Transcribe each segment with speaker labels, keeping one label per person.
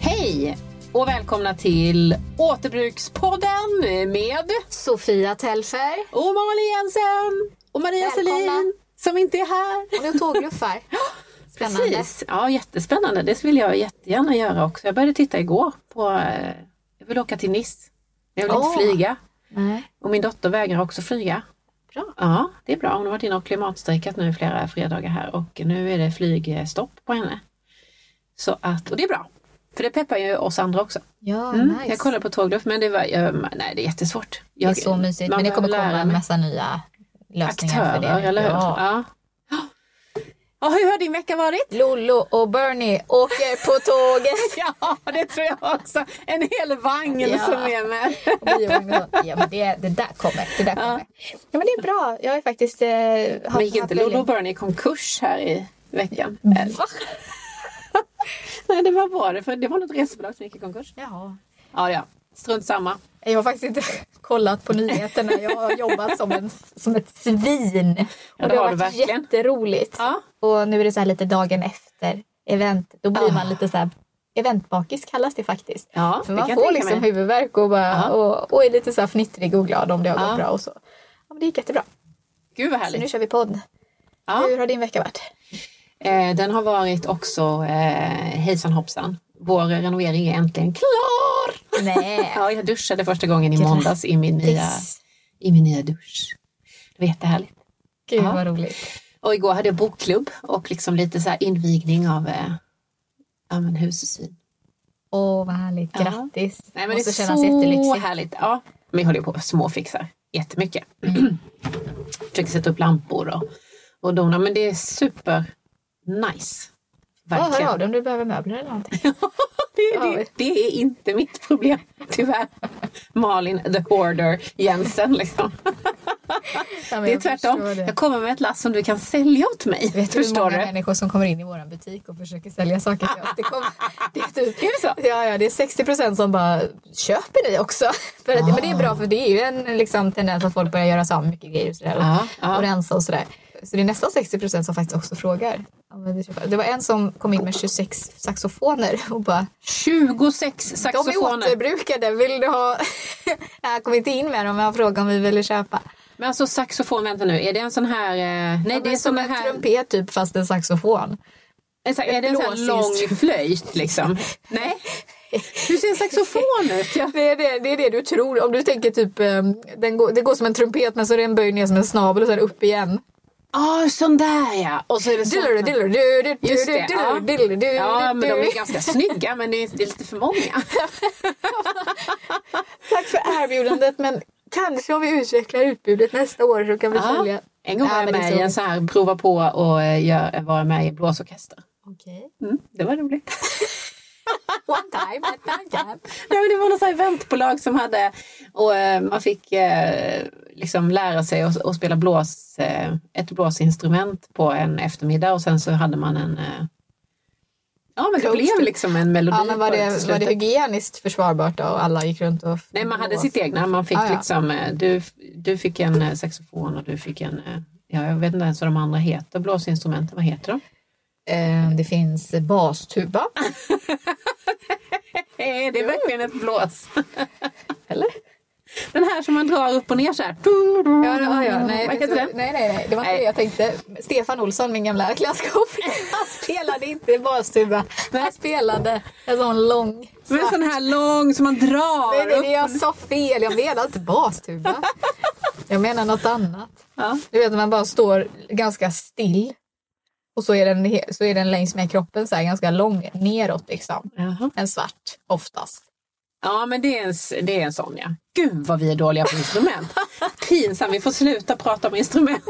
Speaker 1: Hej och välkomna till Återbrukspodden med
Speaker 2: Sofia Telfer.
Speaker 1: och Malin Jensen och Maria
Speaker 2: Välkomna.
Speaker 1: Selin som inte är här.
Speaker 2: Hon är tågluffar. Spännande.
Speaker 1: Precis. Ja, jättespännande. Det vill jag jättegärna göra också. Jag började titta igår på, eh, jag vill åka till Nice. Men jag vill
Speaker 2: Åh.
Speaker 1: inte flyga
Speaker 2: Nej.
Speaker 1: och min dotter vägrar också flyga.
Speaker 2: Bra.
Speaker 1: Ja, det är bra. Hon har varit inne och klimatstrejkat nu i flera fredagar här och nu är det flygstopp på henne. Så att, och det är bra. För det peppar ju oss andra också.
Speaker 2: Ja,
Speaker 1: Mm,
Speaker 2: nice.
Speaker 1: Jag kollade på tågluff men det var, jag, nej det är jättesvårt. Jag,
Speaker 2: det är så mysigt.
Speaker 1: man
Speaker 2: Men det kommer
Speaker 1: behöver
Speaker 2: komma
Speaker 1: lära
Speaker 2: en
Speaker 1: mig.
Speaker 2: massa nya lösningar för det.
Speaker 1: Aktörer, eller hur?
Speaker 2: Ja.
Speaker 1: Ja. Ja, hur har din vecka varit?
Speaker 2: Lollo och Bernie åker på tåget.
Speaker 1: Ja, det tror jag också. En hel vagn
Speaker 2: Ja.
Speaker 1: som är med.
Speaker 2: Och Mia Magnusson. ja, men det, det där kommer. Det där kommer. Ja, men det är bra. Jag är faktiskt... Eh, har
Speaker 1: Men gick inte
Speaker 2: haft
Speaker 1: Lollo
Speaker 2: väldigt-
Speaker 1: och Bernie i konkurs här i veckan? Eh,
Speaker 2: Va?
Speaker 1: Nej, det var bra det, för det var något resebolag som gick i konkurs.
Speaker 2: Jaha.
Speaker 1: Ja, ja. Strunt samma.
Speaker 2: Jag har faktiskt inte kollat på nyheterna. Jag har jobbat som, en, som ett svin.
Speaker 1: Ja,
Speaker 2: Och
Speaker 1: det har
Speaker 2: det har
Speaker 1: du
Speaker 2: varit
Speaker 1: verkligen.
Speaker 2: jätteroligt.
Speaker 1: Ja.
Speaker 2: Och nu är det så här lite dagen efter event. Då blir man lite så här eventbakis kallas det faktiskt.
Speaker 1: Ah. Ja,
Speaker 2: För
Speaker 1: det kan
Speaker 2: man
Speaker 1: jag
Speaker 2: får
Speaker 1: tänka
Speaker 2: liksom
Speaker 1: mig. Ah.
Speaker 2: huvudvärk och, bara,
Speaker 1: Ja.
Speaker 2: och, och är lite så här fnittrig och glad om det har
Speaker 1: Ja.
Speaker 2: gått bra. Och så. Ja, men det gick jättebra.
Speaker 1: Gud vad
Speaker 2: Så nu
Speaker 1: Ah. härligt. Ah.
Speaker 2: kör vi podd.
Speaker 1: Ja.
Speaker 2: Hur har din vecka varit?
Speaker 1: Eh, den har varit också eh, hejsan hoppsan. Vår renovering är äntligen klar!
Speaker 2: Nej.
Speaker 1: Ja, jag duschade första gången i måndags i min nya,
Speaker 2: Yes.
Speaker 1: i min nya dusch. Det var jättehärligt.
Speaker 2: Gud
Speaker 1: Ja.
Speaker 2: vad roligt.
Speaker 1: Och igår hade jag bokklubb och liksom lite så här invigning av eh, ja, men husesyn.
Speaker 2: Åh vad härligt.
Speaker 1: Ja.
Speaker 2: Grattis.
Speaker 1: Ah. Nej, men
Speaker 2: Måste
Speaker 1: det är
Speaker 2: kännas
Speaker 1: så
Speaker 2: jättelyxigt.
Speaker 1: härligt. Ja, men jag håller ju på och småfixar jättemycket. Försöker sätta upp lampor och, och dona. Men det är super nice.
Speaker 2: Ja,
Speaker 1: Verkligen.
Speaker 2: hör av dig om du behöver möbler eller någonting.
Speaker 1: det,
Speaker 2: Ja,
Speaker 1: det, det är inte mitt problem, tyvärr. Malin the hoarder Jensen liksom.
Speaker 2: Ja, men
Speaker 1: Det är
Speaker 2: jag
Speaker 1: tvärtom.
Speaker 2: förstår det.
Speaker 1: Jag kommer med ett lass som du kan sälja åt mig.
Speaker 2: Vet du hur
Speaker 1: Förstår
Speaker 2: många
Speaker 1: du?
Speaker 2: människor som kommer in i vår butik och försöker sälja saker till oss? Det, kom, det, är typ,
Speaker 1: Är det så?
Speaker 2: Ja, ja, det är 60 procent som bara köper ni också. För att, Men det är bra för det är ju en liksom, tendens att folk börjar göra så här mycket grejer och, sådär, och,
Speaker 1: Ja, ja.
Speaker 2: och rensa och sådär. Så det är nästan 60 procent som faktiskt också frågar. Ja, men det köper jag. Det var en som kom in med 26 saxofoner och bara
Speaker 1: 26
Speaker 2: de är
Speaker 1: saxofoner.
Speaker 2: återbrukade, vill du ha? Jag kom inte in med dem men han frågade om vi ville köpa.
Speaker 1: Men alltså saxofon, vänta nu, är det en sån här... eh, Nej,
Speaker 2: Ja,
Speaker 1: det är
Speaker 2: men
Speaker 1: sån
Speaker 2: som en
Speaker 1: här...
Speaker 2: trumpet typ fast en saxofon.
Speaker 1: en sån- Är det en sån här
Speaker 2: blåsinstrument.
Speaker 1: lång flöjt liksom? Nej. Hur ser en saxofon ut? Ja.
Speaker 2: Det är det, det är det du ehm, tror. Om du tänker typ, eh, den går, det går som en trumpet men så är det en böj ner som en snabel och sen upp igen.
Speaker 1: Ah, sån där ja! Och så är det såna-
Speaker 2: Dillor, dillor, du, du, du,
Speaker 1: Just
Speaker 2: du,
Speaker 1: det.
Speaker 2: dillor, dillor, du,
Speaker 1: Ja, men
Speaker 2: du,
Speaker 1: de
Speaker 2: du.
Speaker 1: är ganska snygga men det är det är lite för många.
Speaker 2: Tack för erbjudandet men kanske om vi utvecklar utbudet nästa år så kan vi
Speaker 1: Ja.
Speaker 2: sälja.
Speaker 1: En gång
Speaker 2: Ja,
Speaker 1: var jag
Speaker 2: men det är
Speaker 1: med
Speaker 2: så-
Speaker 1: i en så här prova på och eh, gör, vara med i blåsorkester.
Speaker 2: Okej.
Speaker 1: Mm, det var roligt.
Speaker 2: One time, at one time.
Speaker 1: Nej, men det var något så här eventbolag som hade och eh, man fick eh, liksom lära sig att, att spela blås, eh, ett blåsinstrument på en eftermiddag och sen så hade man en eh, Ja men det
Speaker 2: Coach,
Speaker 1: blev
Speaker 2: typ.
Speaker 1: liksom en melodi
Speaker 2: Ja, men var
Speaker 1: på
Speaker 2: det,
Speaker 1: till
Speaker 2: var det
Speaker 1: slutet.
Speaker 2: hygieniskt försvarbart då? Och alla gick runt och...
Speaker 1: Nej man hade sitt egna, man fick
Speaker 2: Ah, ja.
Speaker 1: liksom eh, du, du fick en eh, saxofon och du fick en eh, Ja, jag vet inte ens vad de andra heter, blåsinstrumenten, vad heter de?
Speaker 2: Eh, Det finns bastuba.
Speaker 1: Eh, Det är verkligen ett blås.
Speaker 2: Eller?
Speaker 1: Den här som man drar upp och ner så här.
Speaker 2: Ja, det- ja, ja. Nej,
Speaker 1: Vad
Speaker 2: vet du
Speaker 1: heter
Speaker 2: vad?
Speaker 1: den?
Speaker 2: nej, nej, nej, det var inte
Speaker 1: Nej.
Speaker 2: det jag tänkte. Stefan Olsson, min gamla klasskompis, han spelade inte bastuba. Han spelade en sån lång...
Speaker 1: Men en sån här lång som man drar
Speaker 2: Nej, nej,
Speaker 1: upp.
Speaker 2: nej, jag sa fel. Jag menar inte bastuba. Jag menar något annat.
Speaker 1: Ja.
Speaker 2: Du vet när man bara står ganska still och så är den, he- så är den längs med kroppen så här ganska lång neråt liksom. En svart oftast.
Speaker 1: Ja, men det är, en, s- det är en sån ja. Gud vad vi är dåliga på instrument. Pinsamt, vi får sluta prata om instrument.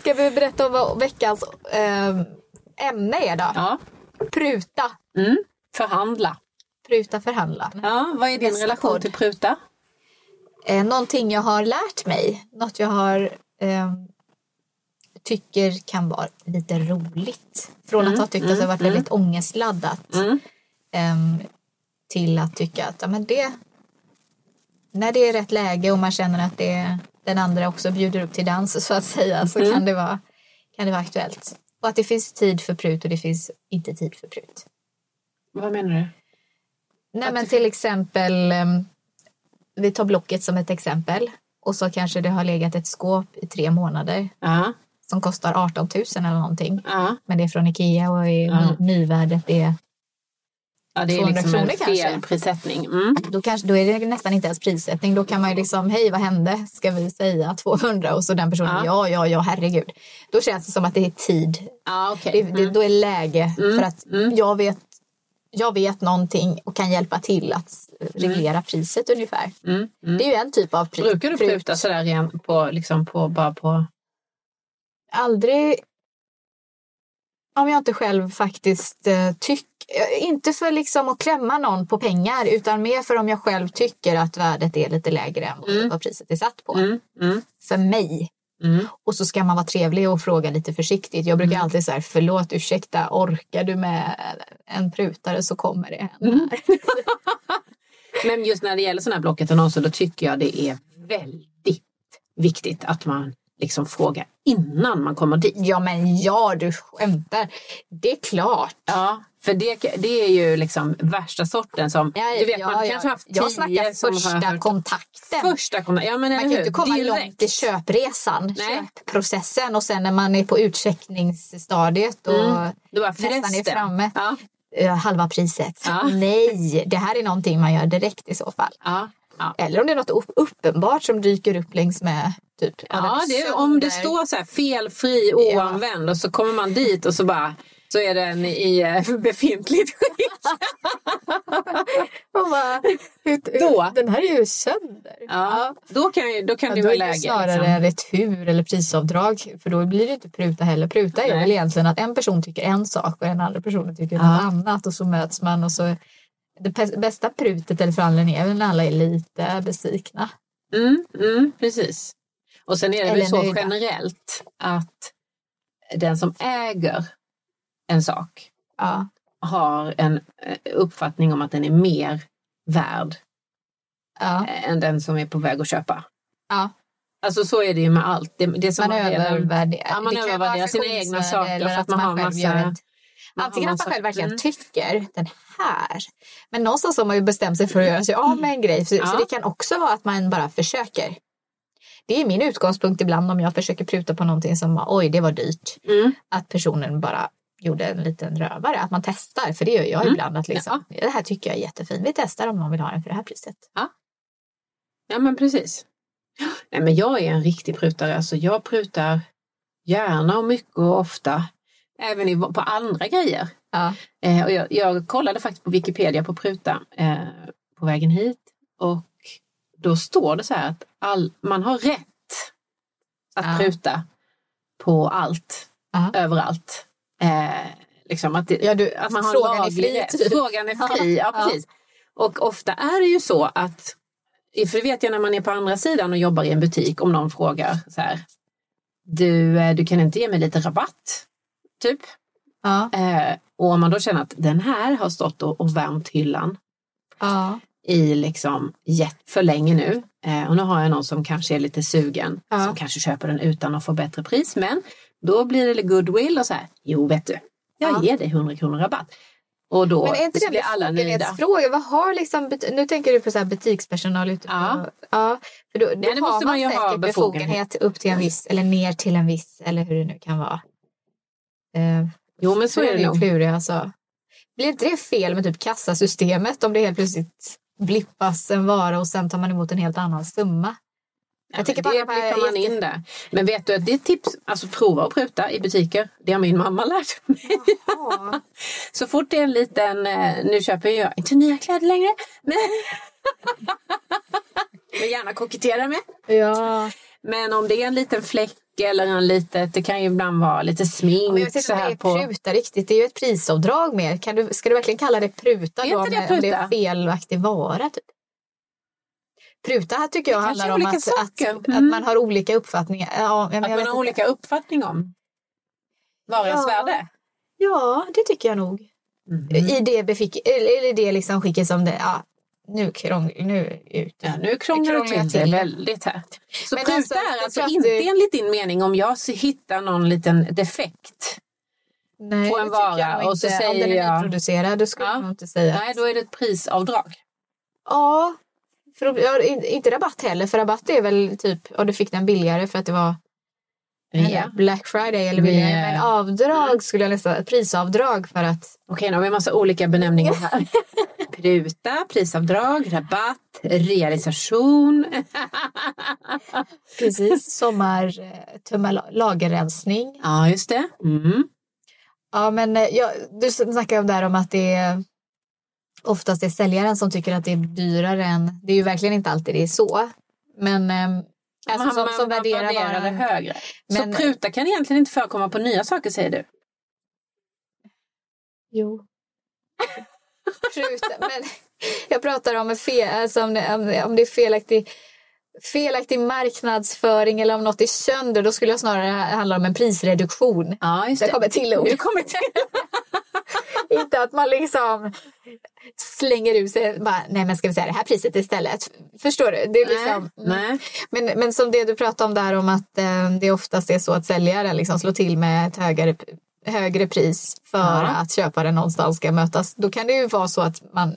Speaker 2: Ska vi berätta om vad veckans eh, ämne är då?
Speaker 1: Ja,
Speaker 2: Pruta.
Speaker 1: mm. förhandla.
Speaker 2: Pruta förhandla.
Speaker 1: Ja, vad är din
Speaker 2: Nästa
Speaker 1: relation
Speaker 2: podd.
Speaker 1: till pruta?
Speaker 2: Eh, någonting jag har lärt mig. Något jag har eh, tycker kan vara lite roligt. Från att ha tyckt att det har varit väldigt ångestladdat. ehm, till att tycka att ja, men det, när det är rätt läge och man känner att det, den andra också bjuder upp till dans så att säga så kan, det vara, kan det vara aktuellt. Och att det finns tid för prut och det finns inte tid för prut.
Speaker 1: Vad menar du?
Speaker 2: Nej, men till exempel, ehm, vi tar Blocket som ett exempel och så kanske det har legat ett skåp i tre månader
Speaker 1: Ja,
Speaker 2: som kostar 18 000 eller någonting.
Speaker 1: ja.
Speaker 2: Men det är från Ikea och i
Speaker 1: Ja.
Speaker 2: nyvärdet är,
Speaker 1: ja det är
Speaker 2: 200
Speaker 1: liksom en
Speaker 2: kronor kanske.
Speaker 1: felprissättning. Mm.
Speaker 2: då, kanske, då är det nästan inte ens prissättning. Då kan man ju liksom, hej vad hände? Ska vi säga 200? Och så den personen, ja, ja, ja, herregud. Då känns det som att det är tid.
Speaker 1: Ja, okej.
Speaker 2: Det, det, då är läge
Speaker 1: Mm.
Speaker 2: för att jag vet jag vet någonting och kan hjälpa till att
Speaker 1: Mm.
Speaker 2: reglera priset ungefär. Det är ju en typ av pr-
Speaker 1: Brukar du
Speaker 2: prut.
Speaker 1: pruta sådär igen på, liksom på, bara på...
Speaker 2: aldrig om jag inte själv faktiskt eh, tycker, inte för liksom att klämma någon på pengar utan mer för om jag själv tycker att värdet är lite lägre än vad- vad priset är satt på.
Speaker 1: Mm, mm,
Speaker 2: För mig.
Speaker 1: mm.
Speaker 2: Och så ska man vara trevlig och fråga lite försiktigt. Jag brukar alltid säga förlåt, ursäkta, orkar du med en prutare så kommer det en
Speaker 1: Mm.
Speaker 2: här.
Speaker 1: Men just när det gäller sådana här Blocket-annonser då tycker jag det är väldigt viktigt att man liksom frågar innan man kommer dit.
Speaker 2: Ja men ja, du skämtar. Det är klart.
Speaker 1: Ja, för det, det är ju liksom värsta sorten som...
Speaker 2: Ja,
Speaker 1: du vet,
Speaker 2: ja,
Speaker 1: man
Speaker 2: ja.
Speaker 1: kanske haft tio
Speaker 2: jag snackar
Speaker 1: som har
Speaker 2: första
Speaker 1: hört-
Speaker 2: kontakten.
Speaker 1: Första kontakten. Ja, men
Speaker 2: Man kan ju inte komma långt i köpresan,
Speaker 1: Nej.
Speaker 2: köpprocessen och sen när man är på utcheckningsstadiet och
Speaker 1: Du Mm. bara,
Speaker 2: nästan är
Speaker 1: förresten.
Speaker 2: framme,
Speaker 1: Ja,
Speaker 2: eh, halva priset.
Speaker 1: Ja.
Speaker 2: Nej, det här är någonting man gör direkt i så fall.
Speaker 1: ja, ja.
Speaker 2: Eller om det är något upp- uppenbart som dyker upp längs med typ.
Speaker 1: Ja,
Speaker 2: den
Speaker 1: det är,
Speaker 2: sönder-
Speaker 1: om det står så här felfri oanvänd och så kommer man dit och så bara så är den i eh, befintligt skick.
Speaker 2: Och bara, ut, ut,
Speaker 1: Då.
Speaker 2: Den här är ju sönder.
Speaker 1: Ja, då kan, ju- då kan
Speaker 2: Ja,
Speaker 1: det
Speaker 2: då
Speaker 1: vara
Speaker 2: är det
Speaker 1: läge.
Speaker 2: snarare
Speaker 1: liksom.
Speaker 2: retur eller prisavdrag för då blir det inte pruta heller. Pruta är
Speaker 1: Nej.
Speaker 2: väl egentligen att en person tycker en sak och den andra personen tycker
Speaker 1: Ja.
Speaker 2: något annat och så möts man och så det pe- bästa prutet eller förhandlingen är väl när alla är lite besvikna.
Speaker 1: Mm, mm, precis. Och sen är det
Speaker 2: Eller
Speaker 1: väl så
Speaker 2: nöjda.
Speaker 1: generellt att den som äger en sak
Speaker 2: Ja,
Speaker 1: har en eh, uppfattning om att den är mer värd
Speaker 2: ja,
Speaker 1: eh, än den som är på väg att köpa.
Speaker 2: ja.
Speaker 1: Alltså så är det ju med allt. Det, det är som
Speaker 2: Man
Speaker 1: att det är den-
Speaker 2: övervärderar.
Speaker 1: Ja, man
Speaker 2: Det kan
Speaker 1: övervärderar
Speaker 2: vara
Speaker 1: sina
Speaker 2: affektionsvärde
Speaker 1: egna saker
Speaker 2: eller
Speaker 1: för att man har
Speaker 2: själv
Speaker 1: massa-
Speaker 2: gör ett-
Speaker 1: man har
Speaker 2: Antingen att man
Speaker 1: massa-
Speaker 2: själv verkligen
Speaker 1: Mm.
Speaker 2: tycker den här. Men någonstans har man ju bestämt sig för att göra sig av med en grej. Så, så
Speaker 1: Mm. Ja.
Speaker 2: det kan också vara att man bara försöker. Det är min utgångspunkt ibland om jag försöker pruta på någonting som bara, oj det var dyrt.
Speaker 1: Mm.
Speaker 2: Att personen bara gjorde en liten rövare. Att man testar, för det gör
Speaker 1: Mm.
Speaker 2: jag ibland. Att liksom, Det här tycker jag är jättefint. Vi testar om någon vill ha den för det här priset.
Speaker 1: Ja men precis. Nej men jag är en riktig prutare. Alltså jag prutar. Gärna och mycket och ofta. Även i, på andra grejer.
Speaker 2: Ja.
Speaker 1: Eh, och jag, jag kollade faktiskt på Wikipedia på Pruta eh, på vägen hit. Och då står det så här att all, man har rätt att
Speaker 2: Ja.
Speaker 1: pruta på allt,
Speaker 2: Ja.
Speaker 1: överallt. Eh, liksom att, det,
Speaker 2: Ja, du-
Speaker 1: att man har
Speaker 2: frågan är
Speaker 1: laglig
Speaker 2: fri,
Speaker 1: rätt.
Speaker 2: typ.
Speaker 1: Frågan är fri, ja,
Speaker 2: Ja.
Speaker 1: precis. Och ofta är det ju så att, för det vet jag när man är på andra sidan och jobbar i en butik, om någon frågar så här, du, eh, du kan inte ge mig lite rabatt? Typ.
Speaker 2: Ja.
Speaker 1: Eh, och om man då känner att den här har stått och, och värmt hyllan
Speaker 2: Ja.
Speaker 1: i liksom jätt- för länge nu eh, och nu har jag någon som kanske är lite sugen
Speaker 2: Ja.
Speaker 1: som kanske köper den utan att få bättre pris men då blir det goodwill och så här jo vet du jag
Speaker 2: Ja.
Speaker 1: ger dig 100 kronor rabatt och då
Speaker 2: Men är inte det
Speaker 1: blir alla nöjda.
Speaker 2: fråga? Vad har liksom, bet- nu tänker du på så här butikspersonal ute på,
Speaker 1: Ja.
Speaker 2: ja för då, då
Speaker 1: Nej, det
Speaker 2: har
Speaker 1: måste
Speaker 2: man,
Speaker 1: man ju
Speaker 2: säkert
Speaker 1: ha befogenhet.
Speaker 2: befogenhet. upp till en viss eller ner till en viss eller hur det nu kan vara. Eh,
Speaker 1: Jo men så är det
Speaker 2: ju
Speaker 1: nog.
Speaker 2: klurigt alltså. Blir inte det fel med typ kassasystemet om det helt plötsligt blippas en vara och sen tar man emot en helt annan summa? Jag
Speaker 1: Det
Speaker 2: tänker på alla de här
Speaker 1: blickar man
Speaker 2: jätte-
Speaker 1: in där. Men vet du att det är ett tips, alltså prova att pruta i butiker. Det har min mamma lärt mig.
Speaker 2: Ja.
Speaker 1: Så fort det är en liten, eh, nu köper jag inte nya kläder längre, men vill gärna kokettera med.
Speaker 2: ja.
Speaker 1: Men om det är en liten fläck eller en litet, det kan ju ibland vara lite
Speaker 2: Men jag
Speaker 1: smink
Speaker 2: vet inte
Speaker 1: så
Speaker 2: om det
Speaker 1: här
Speaker 2: är
Speaker 1: på.
Speaker 2: pruta riktigt. Det är ju ett prisavdrag med. Kan du, ska du verkligen kalla det pruta
Speaker 1: Är
Speaker 2: då?
Speaker 1: inte det
Speaker 2: om om det
Speaker 1: pruta?
Speaker 2: är felaktig vara? Typ? Pruta här tycker jag
Speaker 1: Det kanske
Speaker 2: handlar
Speaker 1: är
Speaker 2: om
Speaker 1: olika
Speaker 2: att, att,
Speaker 1: saker.
Speaker 2: att
Speaker 1: Mm.
Speaker 2: man har olika uppfattningar. Ja, men jag
Speaker 1: Att
Speaker 2: vet
Speaker 1: man har
Speaker 2: inte.
Speaker 1: olika uppfattning om varans
Speaker 2: Ja.
Speaker 1: värde. Mm.
Speaker 2: ja, det tycker jag nog. I det, befick, eller eller i det liksom skicket som det ja, nu krånglar nu ut.
Speaker 1: Ja, nu krånglar du
Speaker 2: Krånglar
Speaker 1: till
Speaker 2: jag
Speaker 1: det
Speaker 2: till.
Speaker 1: väldigt här. Så
Speaker 2: Men
Speaker 1: pruta
Speaker 2: alltså,
Speaker 1: är
Speaker 2: jag
Speaker 1: alltså
Speaker 2: tror att
Speaker 1: inte
Speaker 2: du-
Speaker 1: enligt din mening om jag så hittar någon liten defekt.
Speaker 2: Nej,
Speaker 1: på en
Speaker 2: det tycker jag
Speaker 1: vara
Speaker 2: nog
Speaker 1: och så
Speaker 2: inte. Om
Speaker 1: säger
Speaker 2: den är
Speaker 1: jag-
Speaker 2: nyproducerad, då skulle
Speaker 1: Ja.
Speaker 2: jag nog inte säga.
Speaker 1: Nej, då är det ett prisavdrag.
Speaker 2: Ja, för, då- ja, in- inte rabatt heller. För rabatt är väl typ, och du fick den billigare för att det var
Speaker 1: Ja.
Speaker 2: eller Black Friday eller
Speaker 1: Vi,
Speaker 2: billigare.
Speaker 1: eh,
Speaker 2: Men avdrag skulle jag nästan, prisavdrag för att
Speaker 1: Okej, nu har vi en massa olika benämningar här. Pruta, prisavdrag, rabatt, realisation.
Speaker 2: precis sommartumma eh, lagerrensning.
Speaker 1: Ja, just det. Mm.
Speaker 2: Ja, men eh, jag, du snackade om där om att det är oftast är säljaren som tycker att det är dyrare än, det är ju verkligen inte alltid det är så. Men ehm, alltså,
Speaker 1: man,
Speaker 2: som, som
Speaker 1: man
Speaker 2: värderar,
Speaker 1: värderar det
Speaker 2: varan.
Speaker 1: högre.
Speaker 2: Men-
Speaker 1: Så pruta kan egentligen inte förekomma på nya saker säger du?
Speaker 2: Jo. Pruta, men jag pratar om, en fel, alltså om, det, om det- om det är felaktig, felaktig marknadsföring eller om något är sönder. Då skulle jag snarare handla om en prisreduktion.
Speaker 1: Ja, just
Speaker 2: Där kommer ett till ord.
Speaker 1: Nu kommer till.
Speaker 2: Inte att man liksom slänger ut sig. Bara, Nej, men ska vi säga det här priset istället? Förstår du? Det är liksom,
Speaker 1: Nej.
Speaker 2: Men, men som det du pratade om där om att eh, det oftast är så att säljaren liksom slår till med ett högre, högre pris för
Speaker 1: Ja.
Speaker 2: att köparen någonstans ska mötas. Då kan det ju vara så att man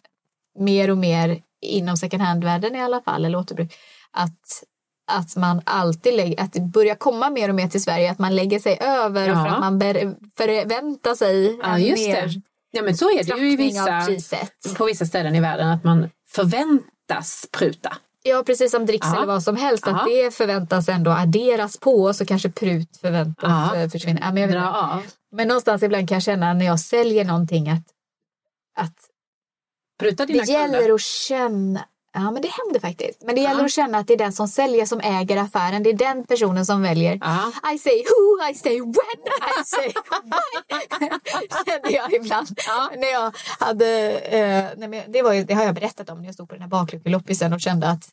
Speaker 2: mer och mer inom second hand-världen i alla fall, eller återbruk, att, att man alltid lägger, att det börjar komma mer och mer till Sverige, att man lägger sig över
Speaker 1: Ja.
Speaker 2: för att man ber, förväntar sig
Speaker 1: Ja, just
Speaker 2: mer
Speaker 1: det. Ja, men så är det ju i
Speaker 2: trappning
Speaker 1: vissa,
Speaker 2: av priset.
Speaker 1: på vissa ställen i världen att man förväntas pruta.
Speaker 2: Ja, precis som dricks
Speaker 1: Ja.
Speaker 2: eller vad som helst.
Speaker 1: Ja.
Speaker 2: Att det förväntas ändå adderas på och så kanske prut förväntas
Speaker 1: Ja.
Speaker 2: eh, försvinna. Ja, men, jag vet
Speaker 1: Dra
Speaker 2: inte.
Speaker 1: av.
Speaker 2: men någonstans ibland kan jag känna när jag säljer någonting att, att
Speaker 1: Pruta
Speaker 2: det
Speaker 1: dina kunder.
Speaker 2: gäller att känna Ja, men det händer faktiskt. Men det
Speaker 1: Ja.
Speaker 2: gäller att känna att det är den som säljer som äger affären. Det är den personen som väljer.
Speaker 1: Ja.
Speaker 2: I say who, I say when, I say why. Kände jag ibland. När jag hade, eh, nej men det, var ju, det har jag berättat om när jag stod på den här bakluckeloppisen och kände att,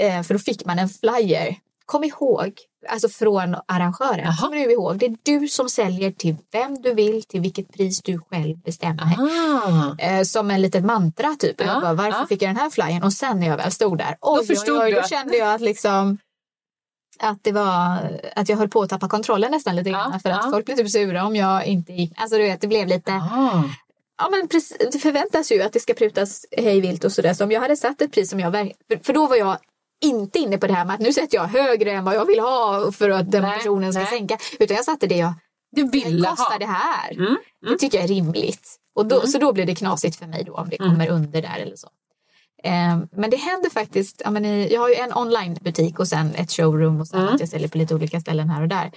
Speaker 2: eh, för då fick man en flyer. Kom ihåg, alltså från arrangören,
Speaker 1: Jaha.
Speaker 2: kom nu ihåg, det är du som säljer till vem du vill, till vilket pris du själv bestämmer
Speaker 1: Ah.
Speaker 2: eh, som en litet mantra typ. Och
Speaker 1: Ja,
Speaker 2: jag bara, varför
Speaker 1: ja.
Speaker 2: fick jag den här flyern? Och sen när jag väl stod där, oj,
Speaker 1: förstod
Speaker 2: oj, oj,
Speaker 1: du
Speaker 2: då
Speaker 1: att-
Speaker 2: kände jag att liksom att det var att jag höll på att tappa kontrollen nästan lite
Speaker 1: Ja,
Speaker 2: grann för att
Speaker 1: ja.
Speaker 2: folk blev typ sura om jag inte gick. Alltså du vet, det blev lite. Ja,
Speaker 1: Ah.
Speaker 2: men precis, det förväntas ju att det ska prutas hej vilt och sådär. Så om jag hade satt ett pris som jag verk- för, för då var jag inte inne på det här med att nu sätter jag högre än vad jag vill ha för att den
Speaker 1: Nej,
Speaker 2: personen ska
Speaker 1: nej.
Speaker 2: sänka. Utan jag satte det jag
Speaker 1: Du ville
Speaker 2: kostar
Speaker 1: ha.
Speaker 2: det här?
Speaker 1: Mm, mm.
Speaker 2: Det tycker jag är rimligt. Och då, Så då blir det knasigt för mig då om det
Speaker 1: Mm.
Speaker 2: kommer under där eller så. Ehm, men det händer faktiskt.
Speaker 1: Mm.
Speaker 2: Ja, men i, jag har ju en onlinebutik och sen ett showroom och sen att jag säljer på lite olika ställen här och där.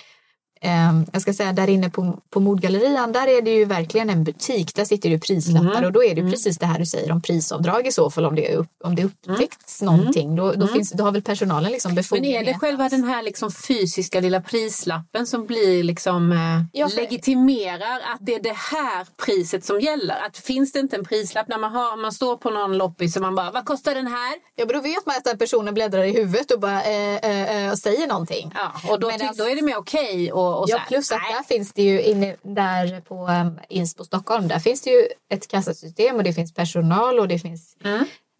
Speaker 2: Ehm, jag ska säga där inne på, på Mordgallerian, där är det ju verkligen en butik. Där sitter det prislappar
Speaker 1: Mm.
Speaker 2: och då är det precis det här du säger om prisavdrag i så fall om det, är upp, om det upptäckts någonting. Då, då, finns, då har väl personalen liksom
Speaker 1: Mm. Men
Speaker 2: befogenhet.
Speaker 1: är det själva
Speaker 2: att-
Speaker 1: den här liksom fysiska lilla prislappen som blir liksom, eh,
Speaker 2: Ja, för-
Speaker 1: legitimerar att det är det här priset som gäller? Att finns det inte en prislapp när man, har, man står på någon loppis och man bara, vad kostar den här?
Speaker 2: Ja, men då vet man att den personen bläddrar i huvudet och bara eh, eh, eh, och säger någonting.
Speaker 1: Ja, och då,
Speaker 2: Men
Speaker 1: ty-
Speaker 2: alltså-
Speaker 1: då är det mer okej och, och så
Speaker 2: Ja,
Speaker 1: här.
Speaker 2: plus att
Speaker 1: Nej.
Speaker 2: där finns det ju inne, där på um, Inspo Stockholm, där finns det ju ett kassasystem och det finns personal och det finns,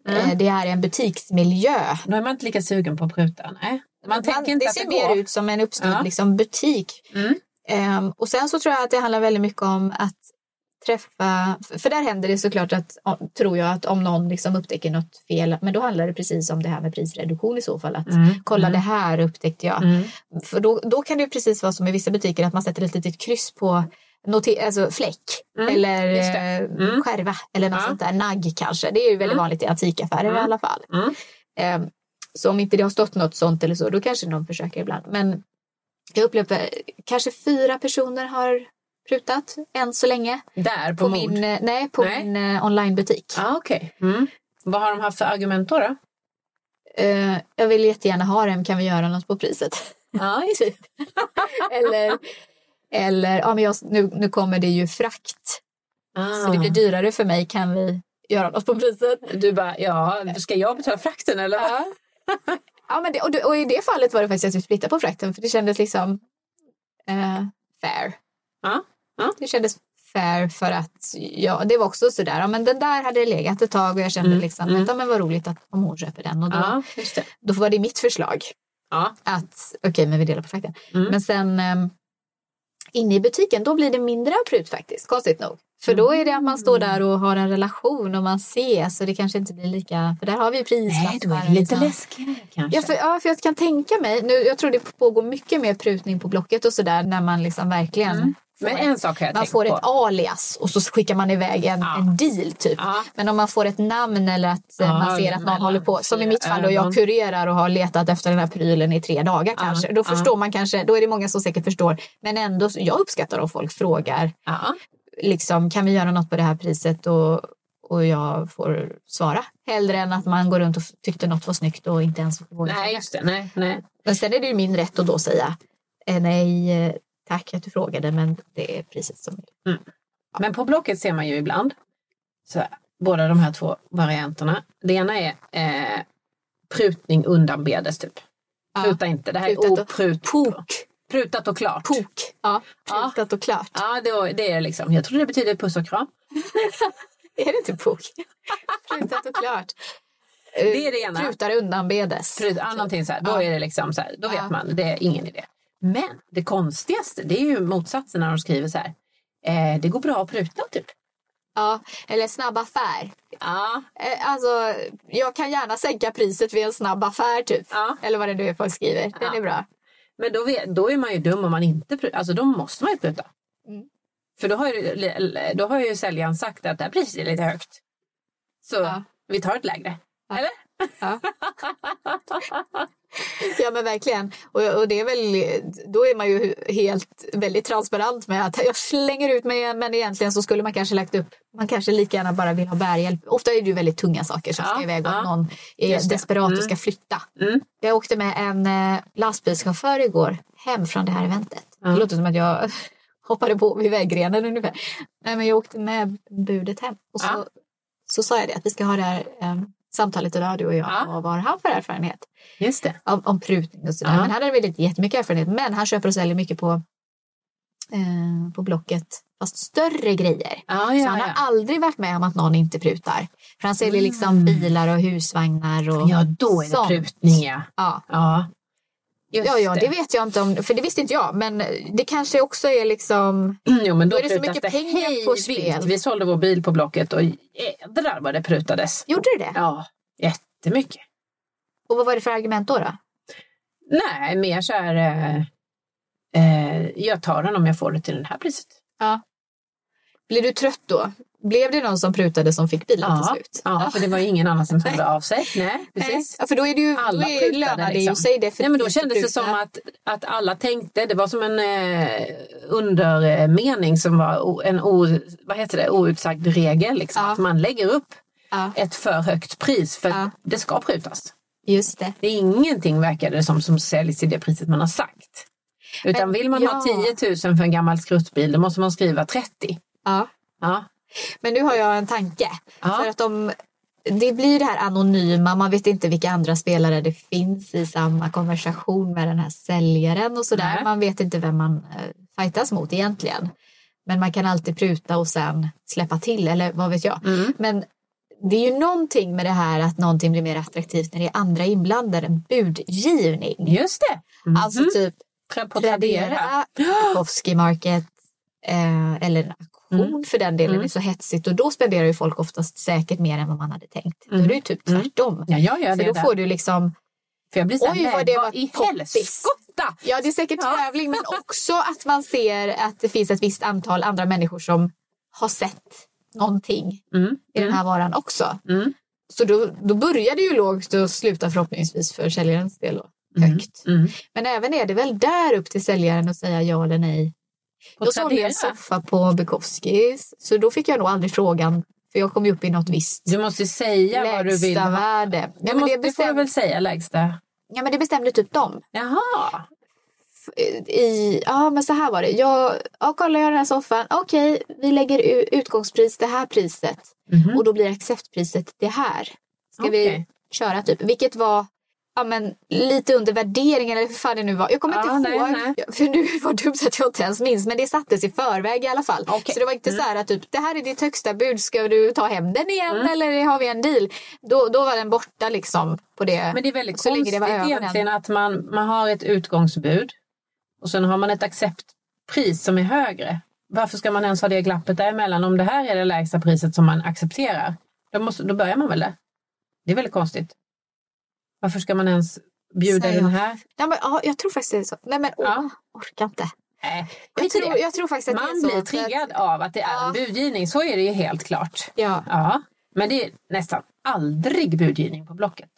Speaker 2: Eh, det här är en butiksmiljö.
Speaker 1: Då är Mm, man inte lika sugen på att pruta. Nej. Man tänker inte
Speaker 2: det
Speaker 1: att
Speaker 2: ser
Speaker 1: det
Speaker 2: mer
Speaker 1: går.
Speaker 2: ut som en uppsnitt
Speaker 1: Ja.
Speaker 2: liksom, butik.
Speaker 1: Mm.
Speaker 2: Ehm, och sen så tror jag att det handlar väldigt mycket om att träffa, för- för där händer det såklart att, om- tror jag, att om någon liksom upptäcker något fel, men då handlar det precis om det här med prisreduktion i så fall, att kolla det här upptäckte jag.
Speaker 1: Mm.
Speaker 2: För då, då kan det ju precis vara som i vissa butiker att man sätter ett litet kryss på noter, alltså fläck
Speaker 1: Mm,
Speaker 2: eller
Speaker 1: just det.
Speaker 2: eh,
Speaker 1: Mm.
Speaker 2: skärva eller något
Speaker 1: Ja.
Speaker 2: sånt där, nagg kanske. Det är ju väldigt vanligt i antikaffärer i alla fall.
Speaker 1: Mm.
Speaker 2: Eh, så om inte det har stått något sånt eller så, då kanske någon försöker ibland. Men jag upplever kanske fyra personer har prutat än så länge.
Speaker 1: Där på,
Speaker 2: På,
Speaker 1: mod.
Speaker 2: min, eh, nej, på
Speaker 1: Nej.
Speaker 2: min eh, onlinebutik.
Speaker 1: Ah, okej. mm. Vad har de haft för argument då? då?
Speaker 2: Eh, jag vill jättegärna ha den, kan vi göra något på priset?
Speaker 1: Ja, just
Speaker 2: typ. eller, eller ja, men jag, nu, nu kommer det ju frakt.
Speaker 1: Ah.
Speaker 2: Så det blir dyrare för mig. Kan vi göra något på priset?
Speaker 1: Du bara, ja, ska jag betala frakten eller? vad?
Speaker 2: Ja. ja, men det, och, det- och i det fallet var det faktiskt att vi splittade på frakten. För det kändes liksom eh, fair.
Speaker 1: Ja, ja.
Speaker 2: Det kändes fair för att ja, det var också sådär. Ja, men den där hade legat ett tag och jag kände
Speaker 1: Mm,
Speaker 2: liksom
Speaker 1: mm.
Speaker 2: vänta men vad roligt att om hon köper den. Och då,
Speaker 1: Ja, just det.
Speaker 2: då var det mitt förslag.
Speaker 1: Ja.
Speaker 2: att okej, men vi delar på frakten.
Speaker 1: Mm.
Speaker 2: Men sen ehm, inne i butiken, då blir det mindre av prut faktiskt, konstigt nog. För då är det att man står
Speaker 1: Mm.
Speaker 2: där och har en relation och man ses så det kanske inte blir lika, för där har vi ju prislappar.
Speaker 1: Nej, då är det lite
Speaker 2: liksom.
Speaker 1: läskigare kanske.
Speaker 2: Ja för, ja, för jag kan tänka mig, nu, jag tror det pågår mycket mer prutning på Blocket och sådär när man liksom verkligen
Speaker 1: Mm. Men
Speaker 2: får-
Speaker 1: en sak har jag
Speaker 2: man
Speaker 1: tänkt
Speaker 2: får
Speaker 1: på.
Speaker 2: ett alias och så skickar man iväg en,
Speaker 1: Ja.
Speaker 2: en deal typ.
Speaker 1: Ja.
Speaker 2: Men om man får ett namn eller att eh,
Speaker 1: Ja,
Speaker 2: man ser att någon
Speaker 1: mellan
Speaker 2: håller på, som i
Speaker 1: fyra
Speaker 2: mitt fall och jag
Speaker 1: ögon.
Speaker 2: kurerar och har letat efter den här prylen i tre dagar kanske. Då
Speaker 1: ja.
Speaker 2: förstår man kanske, då är det många som säkert förstår. Men ändå, så- jag uppskattar om folk frågar,
Speaker 1: Ja.
Speaker 2: liksom, kan vi göra något på det här priset och, och jag får svara. Hellre än att man går runt och f- tyckte något var snyggt och inte ens
Speaker 1: Nej,
Speaker 2: vågar fråga.
Speaker 1: just det. Nej, nej.
Speaker 2: Men sen är det ju min rätt att då säga, eh, nej eh, tack att du frågade men det är priset som gäller.
Speaker 1: Men på Blocket ser man ju ibland så, båda de här två varianterna. Det ena är eh, prutning undanbedes typ.
Speaker 2: Ja.
Speaker 1: Pruta inte, det här
Speaker 2: Prutat
Speaker 1: är
Speaker 2: och-
Speaker 1: oprut.
Speaker 2: Pok,
Speaker 1: Prutat och klart.
Speaker 2: pok, ja, prutat och klart.
Speaker 1: Ja, det, det är liksom. Jag tror det betyder puss och kram.
Speaker 2: Är det inte bok? Prutat och klart. Eh,
Speaker 1: Det är det ena.
Speaker 2: Prutar undanbedes.
Speaker 1: Prut, ja, någonting så här. Då
Speaker 2: Ja.
Speaker 1: är det liksom så här, då
Speaker 2: Ja.
Speaker 1: vet man, det är ingen idé. Men det konstigaste, det är ju motsatsen när de skriver så här. Eh, det går bra att pruta typ.
Speaker 2: Ja, eller snabb affär.
Speaker 1: Ja,
Speaker 2: Eh, Alltså, jag kan gärna sänka priset vid en snabb affär typ.
Speaker 1: Ja.
Speaker 2: Eller vad det nu är folk skriver. Den
Speaker 1: Ja.
Speaker 2: är bra.
Speaker 1: men då, vet, då är man ju dum om man inte prutar. Alltså då måste man ju pruta.
Speaker 2: Mm.
Speaker 1: För då har, ju, då har ju säljaren sagt att det här priset är lite högt. Så
Speaker 2: Ja.
Speaker 1: vi tar ett lägre.
Speaker 2: Ja. ja men verkligen. Och, och det är väl, då är man ju helt väldigt transparent med att jag slänger ut mig men egentligen så skulle man kanske lagt upp, man kanske lika gärna bara vill ha bärhjälp. Ofta är det ju väldigt tunga saker som
Speaker 1: Ja,
Speaker 2: ska iväg och
Speaker 1: ja.
Speaker 2: att någon är
Speaker 1: Just det.
Speaker 2: desperat och
Speaker 1: Mm.
Speaker 2: ska flytta.
Speaker 1: Mm.
Speaker 2: Jag åkte med en eh, lastbilschaufför igår hem från det här eventet.
Speaker 1: Ja.
Speaker 2: Det låter som att jag hoppade på vid väggrenen ungefär. Nej, men jag åkte med budet hem och så,
Speaker 1: Ja.
Speaker 2: så sa jag det att vi ska ha det här eh, samtalet idag du och jag
Speaker 1: Ja.
Speaker 2: och vad har han för erfarenhet
Speaker 1: Just det.
Speaker 2: om, om prutning och sådär.
Speaker 1: Ja.
Speaker 2: Men han hade väl inte jättemycket erfarenhet men han köper och säljer mycket på, eh, på Blocket fast större grejer.
Speaker 1: Ja,
Speaker 2: så han
Speaker 1: ja,
Speaker 2: har
Speaker 1: ja.
Speaker 2: aldrig varit med om att någon inte prutar. För han säljer liksom bilar och husvagnar och
Speaker 1: Mm. ja då är det
Speaker 2: sånt.
Speaker 1: prutning ja.
Speaker 2: Ja.
Speaker 1: Ja, Just
Speaker 2: Ja, ja, det vet jag inte om, för det visste inte jag, men det kanske också är liksom...
Speaker 1: Jo, men
Speaker 2: Då
Speaker 1: då,
Speaker 2: är det så
Speaker 1: prutas
Speaker 2: mycket pengar
Speaker 1: hej
Speaker 2: på
Speaker 1: vilt.
Speaker 2: spel.
Speaker 1: Vi sålde vår bil på Blocket och jädrar vad det prutades.
Speaker 2: Gjorde du det?
Speaker 1: Ja, jättemycket.
Speaker 2: Och vad var det för argument då? då?
Speaker 1: Nej, mer så här... Eh, eh, jag tar den om jag får det till det här priset.
Speaker 2: Ja. Blir du trött då? Blev det någon som prutade som fick bilen till
Speaker 1: Ja,
Speaker 2: slut?
Speaker 1: ja, för det var ju ingen annan som hörde av sig. Nej, precis.
Speaker 2: Ja, för då är det ju,
Speaker 1: Alla
Speaker 2: då är,
Speaker 1: prutade,
Speaker 2: lönade
Speaker 1: liksom.
Speaker 2: ju sig definitivt.
Speaker 1: Nej, men då
Speaker 2: att
Speaker 1: kändes det
Speaker 2: pruta.
Speaker 1: som att, att alla tänkte. Det var som en eh, undermening som var o, en o, vad heter det, outsagd regel. Liksom,
Speaker 2: Ja.
Speaker 1: Att man lägger upp
Speaker 2: Ja,
Speaker 1: ett för högt pris för
Speaker 2: Ja.
Speaker 1: det ska prutas.
Speaker 2: just det.
Speaker 1: Det är ingenting verkar det som som säljs i det priset man har sagt. Utan
Speaker 2: Men-
Speaker 1: vill man ha
Speaker 2: ja.
Speaker 1: 10 000 för en gammal skruttbil då måste man skriva 30.
Speaker 2: Ja.
Speaker 1: Ja,
Speaker 2: Men nu har jag en tanke.
Speaker 1: Ja.
Speaker 2: För att de, det blir det här anonyma, man vet inte vilka andra spelare det finns i samma konversation med den här säljaren och sådär.
Speaker 1: Nej.
Speaker 2: Man vet inte vem man eh, fightas mot egentligen. Men man kan alltid pruta och sen släppa till eller vad vet jag. Men det är ju någonting med det här att någonting blir mer attraktivt när det är andra inblandade. Budgivning.
Speaker 1: just det. Mm.
Speaker 2: Alltså typ
Speaker 1: Trä- På Tradera.
Speaker 2: Tradera, Kowski Market eh, eller en auktion för den delen är så hetsigt och då spenderar ju folk oftast säkert mer än vad man hade tänkt. Då är det ju typ tvärtom.
Speaker 1: Ja, jag gör
Speaker 2: för
Speaker 1: det
Speaker 2: då
Speaker 1: där.
Speaker 2: får du liksom,
Speaker 1: För jag blir så här,
Speaker 2: Oj, vad
Speaker 1: nej,
Speaker 2: det var
Speaker 1: vad i
Speaker 2: poppis.
Speaker 1: helskotta!
Speaker 2: ja det är säkert
Speaker 1: Ja.
Speaker 2: tävling men också att man ser att det finns ett visst antal andra människor som har sett någonting
Speaker 1: Mm,
Speaker 2: i den här varan också.
Speaker 1: Mm.
Speaker 2: Så då, då börjar det ju lågt och slutar förhoppningsvis för säljarens del då, högt.
Speaker 1: mm.
Speaker 2: Men även är det väl där upp till säljaren att säga ja eller nej
Speaker 1: På
Speaker 2: jag sålde
Speaker 1: Tradera.
Speaker 2: en soffa på Bukowskis. Så då fick jag nog aldrig frågan. För jag kom ju upp i något visst
Speaker 1: Du måste säga vad du vill.
Speaker 2: lägsta värde.
Speaker 1: Du
Speaker 2: Ja, men,
Speaker 1: måste,
Speaker 2: det
Speaker 1: det får jag
Speaker 2: bestämde,
Speaker 1: väl säga lägsta.
Speaker 2: ja, men det bestämde typ de.
Speaker 1: Jaha.
Speaker 2: F- I, ja, men så här var det. Jag, ja, kolla, jag har den här soffan. Okej, vi lägger u- utgångspris det här priset.
Speaker 1: Mhm.
Speaker 2: Och då blir acceptpriset det här. Ska vi
Speaker 1: Okej.
Speaker 2: köra typ? Vilket var ja, men, lite under värderingen eller hur fan det nu var. Jag kommer
Speaker 1: Ja,
Speaker 2: inte
Speaker 1: nej,
Speaker 2: ihåg.
Speaker 1: nej.
Speaker 2: För nu var dumt att jag inte ens minns. Men det sattes i förväg i alla fall.
Speaker 1: Okej. Mm.
Speaker 2: Så det var inte så här att typ, det här är ditt högsta bud. Ska du ta hem den igen
Speaker 1: Mm.
Speaker 2: eller har vi en deal? Då, då var den borta liksom på det.
Speaker 1: Men det är väldigt
Speaker 2: så länge
Speaker 1: konstigt
Speaker 2: det var över den.
Speaker 1: egentligen att man, man har ett utgångsbud och sen har man ett acceptpris som är högre. Varför ska man ens ha det glappet däremellan om det här är det lägsta priset som man accepterar? Då, måste, då börjar man väl där. Det är väldigt konstigt. Varför ska man ens bjuda
Speaker 2: Säger
Speaker 1: den här?
Speaker 2: Ja, men, ja, jag tror faktiskt det är så. Nej men åh,
Speaker 1: Ja.
Speaker 2: orkar inte.
Speaker 1: Nej,
Speaker 2: Jag
Speaker 1: skit i
Speaker 2: tror,
Speaker 1: det.
Speaker 2: jag tror faktiskt att det är
Speaker 1: Man
Speaker 2: så.
Speaker 1: blir
Speaker 2: för att- eh,
Speaker 1: triggad av att det är
Speaker 2: Ja.
Speaker 1: en budgivning. Så är det ju helt klart.
Speaker 2: Ja.
Speaker 1: Ja, men det är nästan aldrig budgivning på Blocket.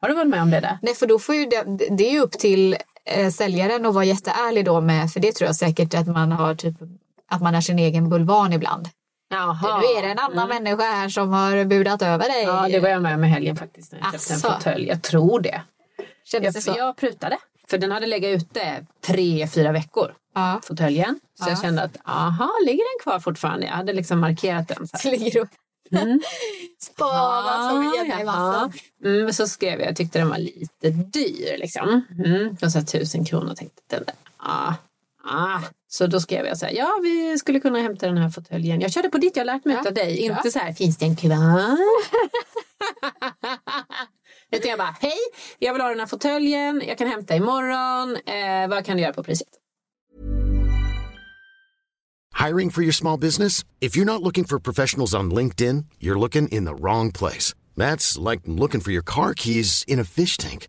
Speaker 1: Har du varit med om det där?
Speaker 2: Nej, för då får ju det, det är ju upp till eh, säljaren att vara jätteärlig då med, för det tror jag säkert att man har typ att man är sin egen bulvan ibland.
Speaker 1: Jaha.
Speaker 2: Nu är det en annan människa här som har budat över dig.
Speaker 1: Mm. Ja, det var jag med om i helgen faktiskt. När jag köpte
Speaker 2: Asså.
Speaker 1: en fåtölj. Jag tror det.
Speaker 2: Kändes
Speaker 1: Jag,
Speaker 2: det så?
Speaker 1: jag prutade. För den hade legat ute tre, fyra veckor.
Speaker 2: Ja.
Speaker 1: Fåtöljen. Så
Speaker 2: Ja.
Speaker 1: jag kände att, aha, ligger den kvar fortfarande? Jag hade liksom markerat den. Så här.
Speaker 2: Ligger och alltså,
Speaker 1: Mm.
Speaker 2: spanar som en gädda i
Speaker 1: Ah, jaha.
Speaker 2: vassen.
Speaker 1: mm, så skrev jag, jag tyckte den var lite dyr. Liksom. Mm. Jag sa tusen kronor och tänkte den där. Ah, ah. Så då skrev jag så här, ja vi skulle kunna hämta den här fåtöljen. Jag körde på ditt, jag har lärt mig
Speaker 2: Ja,
Speaker 1: av dig.
Speaker 2: bra.
Speaker 1: Inte så här, finns det en kvar? Utan jag bara, hej, jag vill ha den här fåtöljen, jag kan hämta imorgon. Eh, vad kan du göra på priset?
Speaker 3: Hiring for your small business? If you're not looking for professionals on LinkedIn, you're looking in the wrong place. That's like looking for your car keys in a fish tank.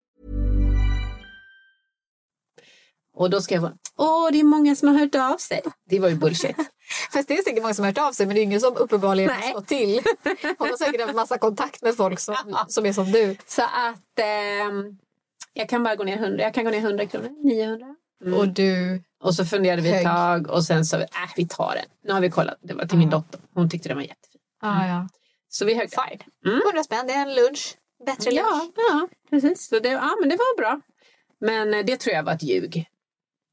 Speaker 1: Och då skrev hon, åh det är många som har hört av sig. Det var ju bullshit.
Speaker 2: Fast det är säkert många som har hört av sig men det är ingen som uppenbarligen
Speaker 1: Nej.
Speaker 2: slår till. Hon har säkert haft massa kontakt med folk som, som är som du.
Speaker 1: Så att ehm, jag kan bara gå ner 100, jag kan gå ner 100 kronor, 900.
Speaker 2: Och du...
Speaker 1: Och så funderade vi ett
Speaker 2: Hög.
Speaker 1: tag och sen sa vi, äh, vi tar den. Nu har vi kollat, det var till min dotter. Hon tyckte den var jättefin.
Speaker 2: Ah, ja.
Speaker 1: Så vi högg Fine.
Speaker 2: 100 Mm. spänn, det är en lunch. Bättre lunch.
Speaker 1: Ja, ja, precis. Så det, ja, men det var bra. Men eh, det tror jag var ett ljug.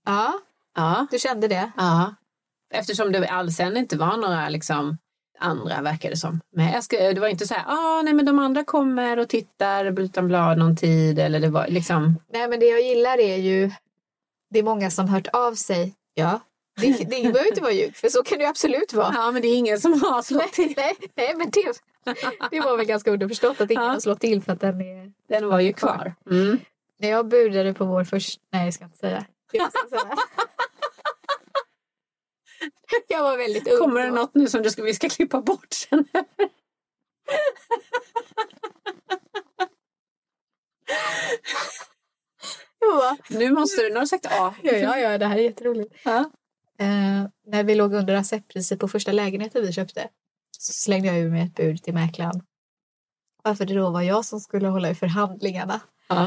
Speaker 2: Ja,
Speaker 1: Ja.
Speaker 2: du kände det.
Speaker 1: ja. Eftersom det all sen inte var några liksom, andra, verkar det som. Men jag ska, det var inte så här, ah, nej men de andra kommer och tittar utan blad någon tid. Eller det var liksom...
Speaker 2: Nej, men det jag gillar är ju... Det är många som hört av sig. Ja. Det, det behöver inte vara ljug, för så kan det ju absolut vara.
Speaker 1: Ja, men det är ingen som har slått till.
Speaker 2: Nej, nej, men det, det var väl ganska underförstått att ingen
Speaker 1: Ja.
Speaker 2: har slått till för att den är...
Speaker 1: Den var ju kvar. Mm.
Speaker 2: När jag budade på vår första... Nej, jag ska inte säga. Jag, ska inte säga. jag var väldigt ung.
Speaker 1: Kommer det
Speaker 2: då.
Speaker 1: något nu som du ska, vi ska klippa bort sen?
Speaker 2: Jag bara,
Speaker 1: Nu måste du, nu har du sagt A.
Speaker 2: ja, ja, ja, det här är jätteroligt.
Speaker 1: Ja.
Speaker 2: Eh, när vi låg under acceptpriset på första lägenheten vi köpte så slängde jag ur mig ett bud till mäklaren. Varför det då var jag som skulle hålla i förhandlingarna.
Speaker 1: Ja.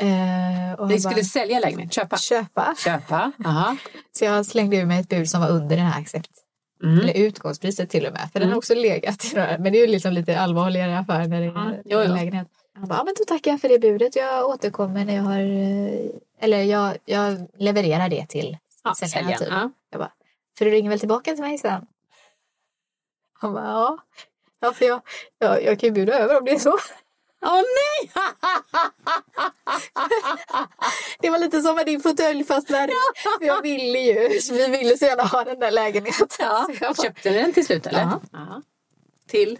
Speaker 2: Eh, och
Speaker 1: Ni
Speaker 2: han
Speaker 1: skulle
Speaker 2: bara,
Speaker 1: sälja lägenhet, köpa.
Speaker 2: köpa.
Speaker 1: Köpa, aha.
Speaker 2: Så jag slängde ur mig ett bud som var under den här accept.
Speaker 1: Mm.
Speaker 2: Eller utgångspriset till och med. För den har också legat. i några- Men det är ju liksom lite allvarligare affär när det
Speaker 1: Ja,
Speaker 2: är
Speaker 1: jo, jo.
Speaker 2: en lägenhet. Han bara, ja, men då tackar jag för det budet. Jag återkommer när jag har... eh, Eller jag, jag levererar det till
Speaker 1: Ja,
Speaker 2: säljaren.
Speaker 1: sälja,
Speaker 2: typ.
Speaker 1: ja.
Speaker 2: Jag bara, för du ringer väl tillbaka till mig sen? Han bara, ja. Ja, för jag, jag, jag kan ju bjuda över om det är så.
Speaker 1: Åh nej!
Speaker 2: Det var lite som med din fåtölj fast värre. För jag ville ju. Vi ville så gärna ha den där lägenheten.
Speaker 1: Ja.
Speaker 2: Så jag bara,
Speaker 1: Köpte ni den till slut eller?
Speaker 2: Ja.
Speaker 1: Till?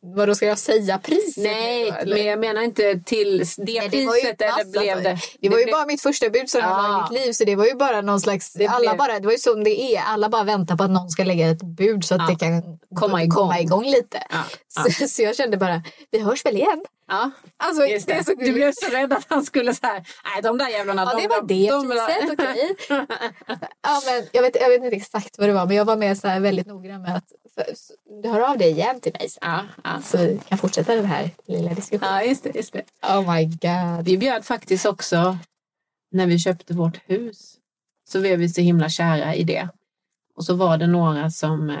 Speaker 2: Vadå, ska jag säga priset?
Speaker 1: Nej,
Speaker 2: nu, eller?
Speaker 1: men jag menar inte till det
Speaker 2: Nej, det var ju
Speaker 1: priset
Speaker 2: pass,
Speaker 1: eller blev
Speaker 2: alltså.
Speaker 1: det?
Speaker 2: Det var ju
Speaker 1: blev-
Speaker 2: bara mitt första bud som jag
Speaker 1: Ja.
Speaker 2: har i mitt liv. Så det var ju bara någon slags...
Speaker 1: Det
Speaker 2: alla
Speaker 1: blev-
Speaker 2: bara, det var ju som det är. Alla bara väntar på att någon ska lägga ett bud så att
Speaker 1: Ja.
Speaker 2: det kan
Speaker 1: Komma igång.
Speaker 2: lite.
Speaker 1: Ja,
Speaker 2: Så, så jag kände bara, vi hörs väl igen?
Speaker 1: Ja,
Speaker 2: Alltså,
Speaker 1: just
Speaker 2: det är
Speaker 1: det.
Speaker 2: så
Speaker 1: Du
Speaker 2: gulligt.
Speaker 1: blev så rädd att han skulle så här, nej de där jävlarna.
Speaker 2: Ja,
Speaker 1: de,
Speaker 2: det var
Speaker 1: de,
Speaker 2: det
Speaker 1: de,
Speaker 2: priset. Okej. Ja, men jag, vet, jag vet inte exakt vad det var, men jag var med så här väldigt noggrann med att för, så, du hör av dig igen till mig sen.
Speaker 1: Ja, ja.
Speaker 2: Så vi kan fortsätta den här lilla diskussionen.
Speaker 1: ja just, det, just det.
Speaker 2: Oh my god.
Speaker 1: Eh, Vi bjöd faktiskt också när vi köpte vårt hus. Så blev vi så himla kära i det. Och så var det några som... Eh,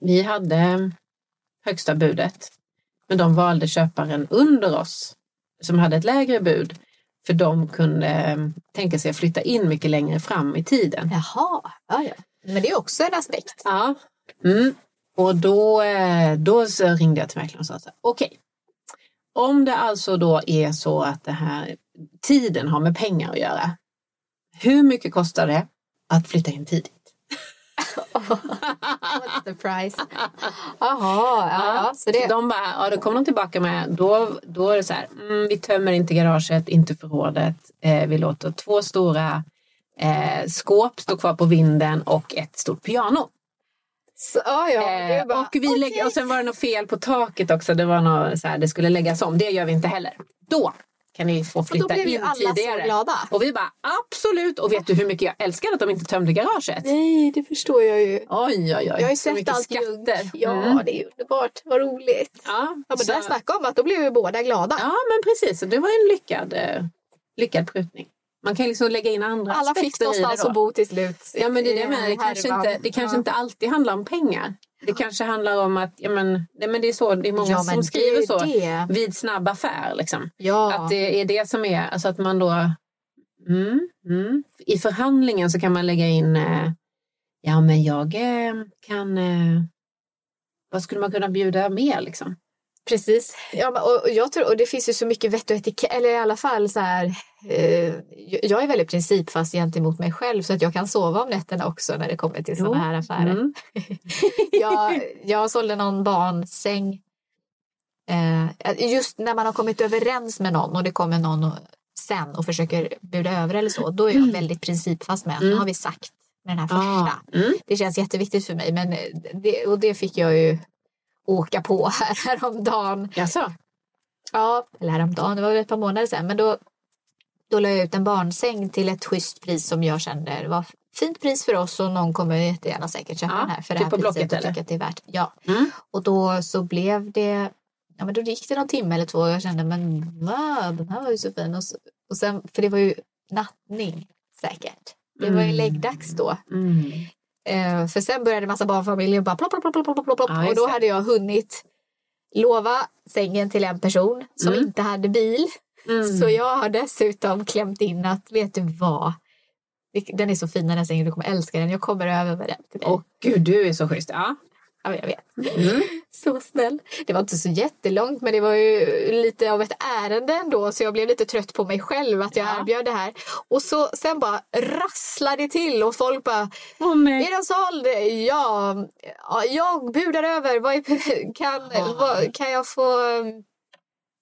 Speaker 1: vi hade högsta budet. Men de valde köparen under oss som hade ett lägre bud. För de kunde eh, tänka sig att flytta in mycket längre fram i tiden.
Speaker 2: Jaha, ja, ja. Men det är också en aspekt.
Speaker 1: Ja. Mm. Och då, eh, då så ringde jag till mäklaren och sa så här, okej. Om det alltså då är så att det här tiden har med pengar att göra. Hur mycket kostar det att flytta in tidigt?
Speaker 2: What's the price? Jaha, ja, ja. Så det,
Speaker 1: De bara, ja då kommer de tillbaka med, då, då är det så här, mm, vi tömmer inte garaget, inte förrådet. Eh, vi låter två stora eh, skåp stå kvar på vinden och ett stort piano.
Speaker 2: så, ja, ja. det är
Speaker 1: Eh,
Speaker 2: bara,
Speaker 1: och, vi
Speaker 2: okej.
Speaker 1: lägger, och sen var det något fel på taket också. Det var något så här, det skulle läggas om. Det gör vi inte heller. Då kan ni få
Speaker 2: då
Speaker 1: flytta
Speaker 2: blev ju
Speaker 1: in
Speaker 2: alla så
Speaker 1: tidigare.
Speaker 2: glada.
Speaker 1: Och vi bara absolut. Och vet du hur mycket jag älskar att de inte tömde garaget?
Speaker 2: Nej, det förstår jag ju.
Speaker 1: Oj, oj, oj.
Speaker 2: Jag har
Speaker 1: Så
Speaker 2: ju sett
Speaker 1: mycket
Speaker 2: allt ljug.
Speaker 1: skatter.
Speaker 2: Ja,
Speaker 1: Mm.
Speaker 2: det är underbart. Vad roligt.
Speaker 1: Ja,
Speaker 2: Ja, men
Speaker 1: så-
Speaker 2: där snackar om att då blev ju båda glada.
Speaker 1: ja, men precis. Så Det var en lyckad, eh, lyckad prutning. Man kan ju liksom lägga in andra
Speaker 2: Alla fick
Speaker 1: aspekter i det
Speaker 2: någonstans
Speaker 1: då.
Speaker 2: att bo till slut.
Speaker 1: Ja, men det, är det,
Speaker 2: I
Speaker 1: jag menar. det
Speaker 2: den här
Speaker 1: kanske,
Speaker 2: härvan.
Speaker 1: inte, det kanske
Speaker 2: Ja.
Speaker 1: inte alltid handlar om pengar. Det kanske handlar om att ja, men, nej, men det är så, det är många
Speaker 2: Ja, men
Speaker 1: som skriver
Speaker 2: det är
Speaker 1: så
Speaker 2: det.
Speaker 1: vid snabb affär. Liksom.
Speaker 2: Ja.
Speaker 1: Att det är det som är, alltså att man då Mm, mm. I förhandlingen så kan man lägga in, eh, ja men jag eh, kan, eh, vad skulle man kunna bjuda mer liksom?
Speaker 2: Precis. Ja, men- och, och, jag tror, och det finns ju så mycket vett och etikett. Eller i alla fall så här. Eh, jag är väldigt principfast gentemot mig själv så att jag kan sova om nätterna också när det kommer till sådana här affärer.
Speaker 1: Mm.
Speaker 2: jag, jag sålde någon barnsäng. Eh, just när man har kommit överens med någon och det kommer någon och, sen och försöker bjuda över eller så. Då är jag väldigt principfast med att nu har vi sagt med den här första.
Speaker 1: Ah, mm.
Speaker 2: Det känns jätteviktigt för mig. Men det, och det fick jag ju åka på här, häromdagen.
Speaker 1: Jaså?
Speaker 2: Ja, eller häromdagen, det var väl ett par månader sedan. Men då, då la jag ut en barnsäng till ett schysst pris som jag kände var ett fint pris för oss och någon kommer jättegärna säkert köpa
Speaker 1: Ja,
Speaker 2: den här för
Speaker 1: typ
Speaker 2: det här
Speaker 1: på
Speaker 2: priset
Speaker 1: Blocket,
Speaker 2: och
Speaker 1: eller?
Speaker 2: tycker att det är värt. Ja.
Speaker 1: Mm.
Speaker 2: Och då så blev det, ja men då gick det någon timme eller två och jag kände men vad, den här var ju så fin. Och, så, och sen, för det var ju nattning säkert. Det var ju
Speaker 1: Mm.
Speaker 2: läggdags då.
Speaker 1: Mm.
Speaker 2: Eh, för sen började en massa barnfamiljer bara plopp, plopp, plopp, plopp, plopp, plopp.
Speaker 1: Ja, just
Speaker 2: och då
Speaker 1: det.
Speaker 2: hade jag hunnit lova sängen till en person som
Speaker 1: Mm.
Speaker 2: inte hade bil.
Speaker 1: Mm.
Speaker 2: Så jag har dessutom klämt in att, vet du vad? Det- Den är så fin den här sängen, du kommer älska den. Jag kommer över med den till dig.
Speaker 1: Åh gud, du är så schysst. Ja.
Speaker 2: Ja, men jag vet.
Speaker 1: Mm.
Speaker 2: Så snäll. Det var inte så jättelångt, men det var ju lite av ett ärende ändå. Så jag blev lite trött på mig själv att jag
Speaker 1: Ja.
Speaker 2: erbjöd det här. Och så, sen bara rasslade det till och folk bara
Speaker 1: Åh,
Speaker 2: är
Speaker 1: nej.
Speaker 2: den såld? Ja, Ja, jag budar över. Vad är, kan, vad, kan jag få... mm,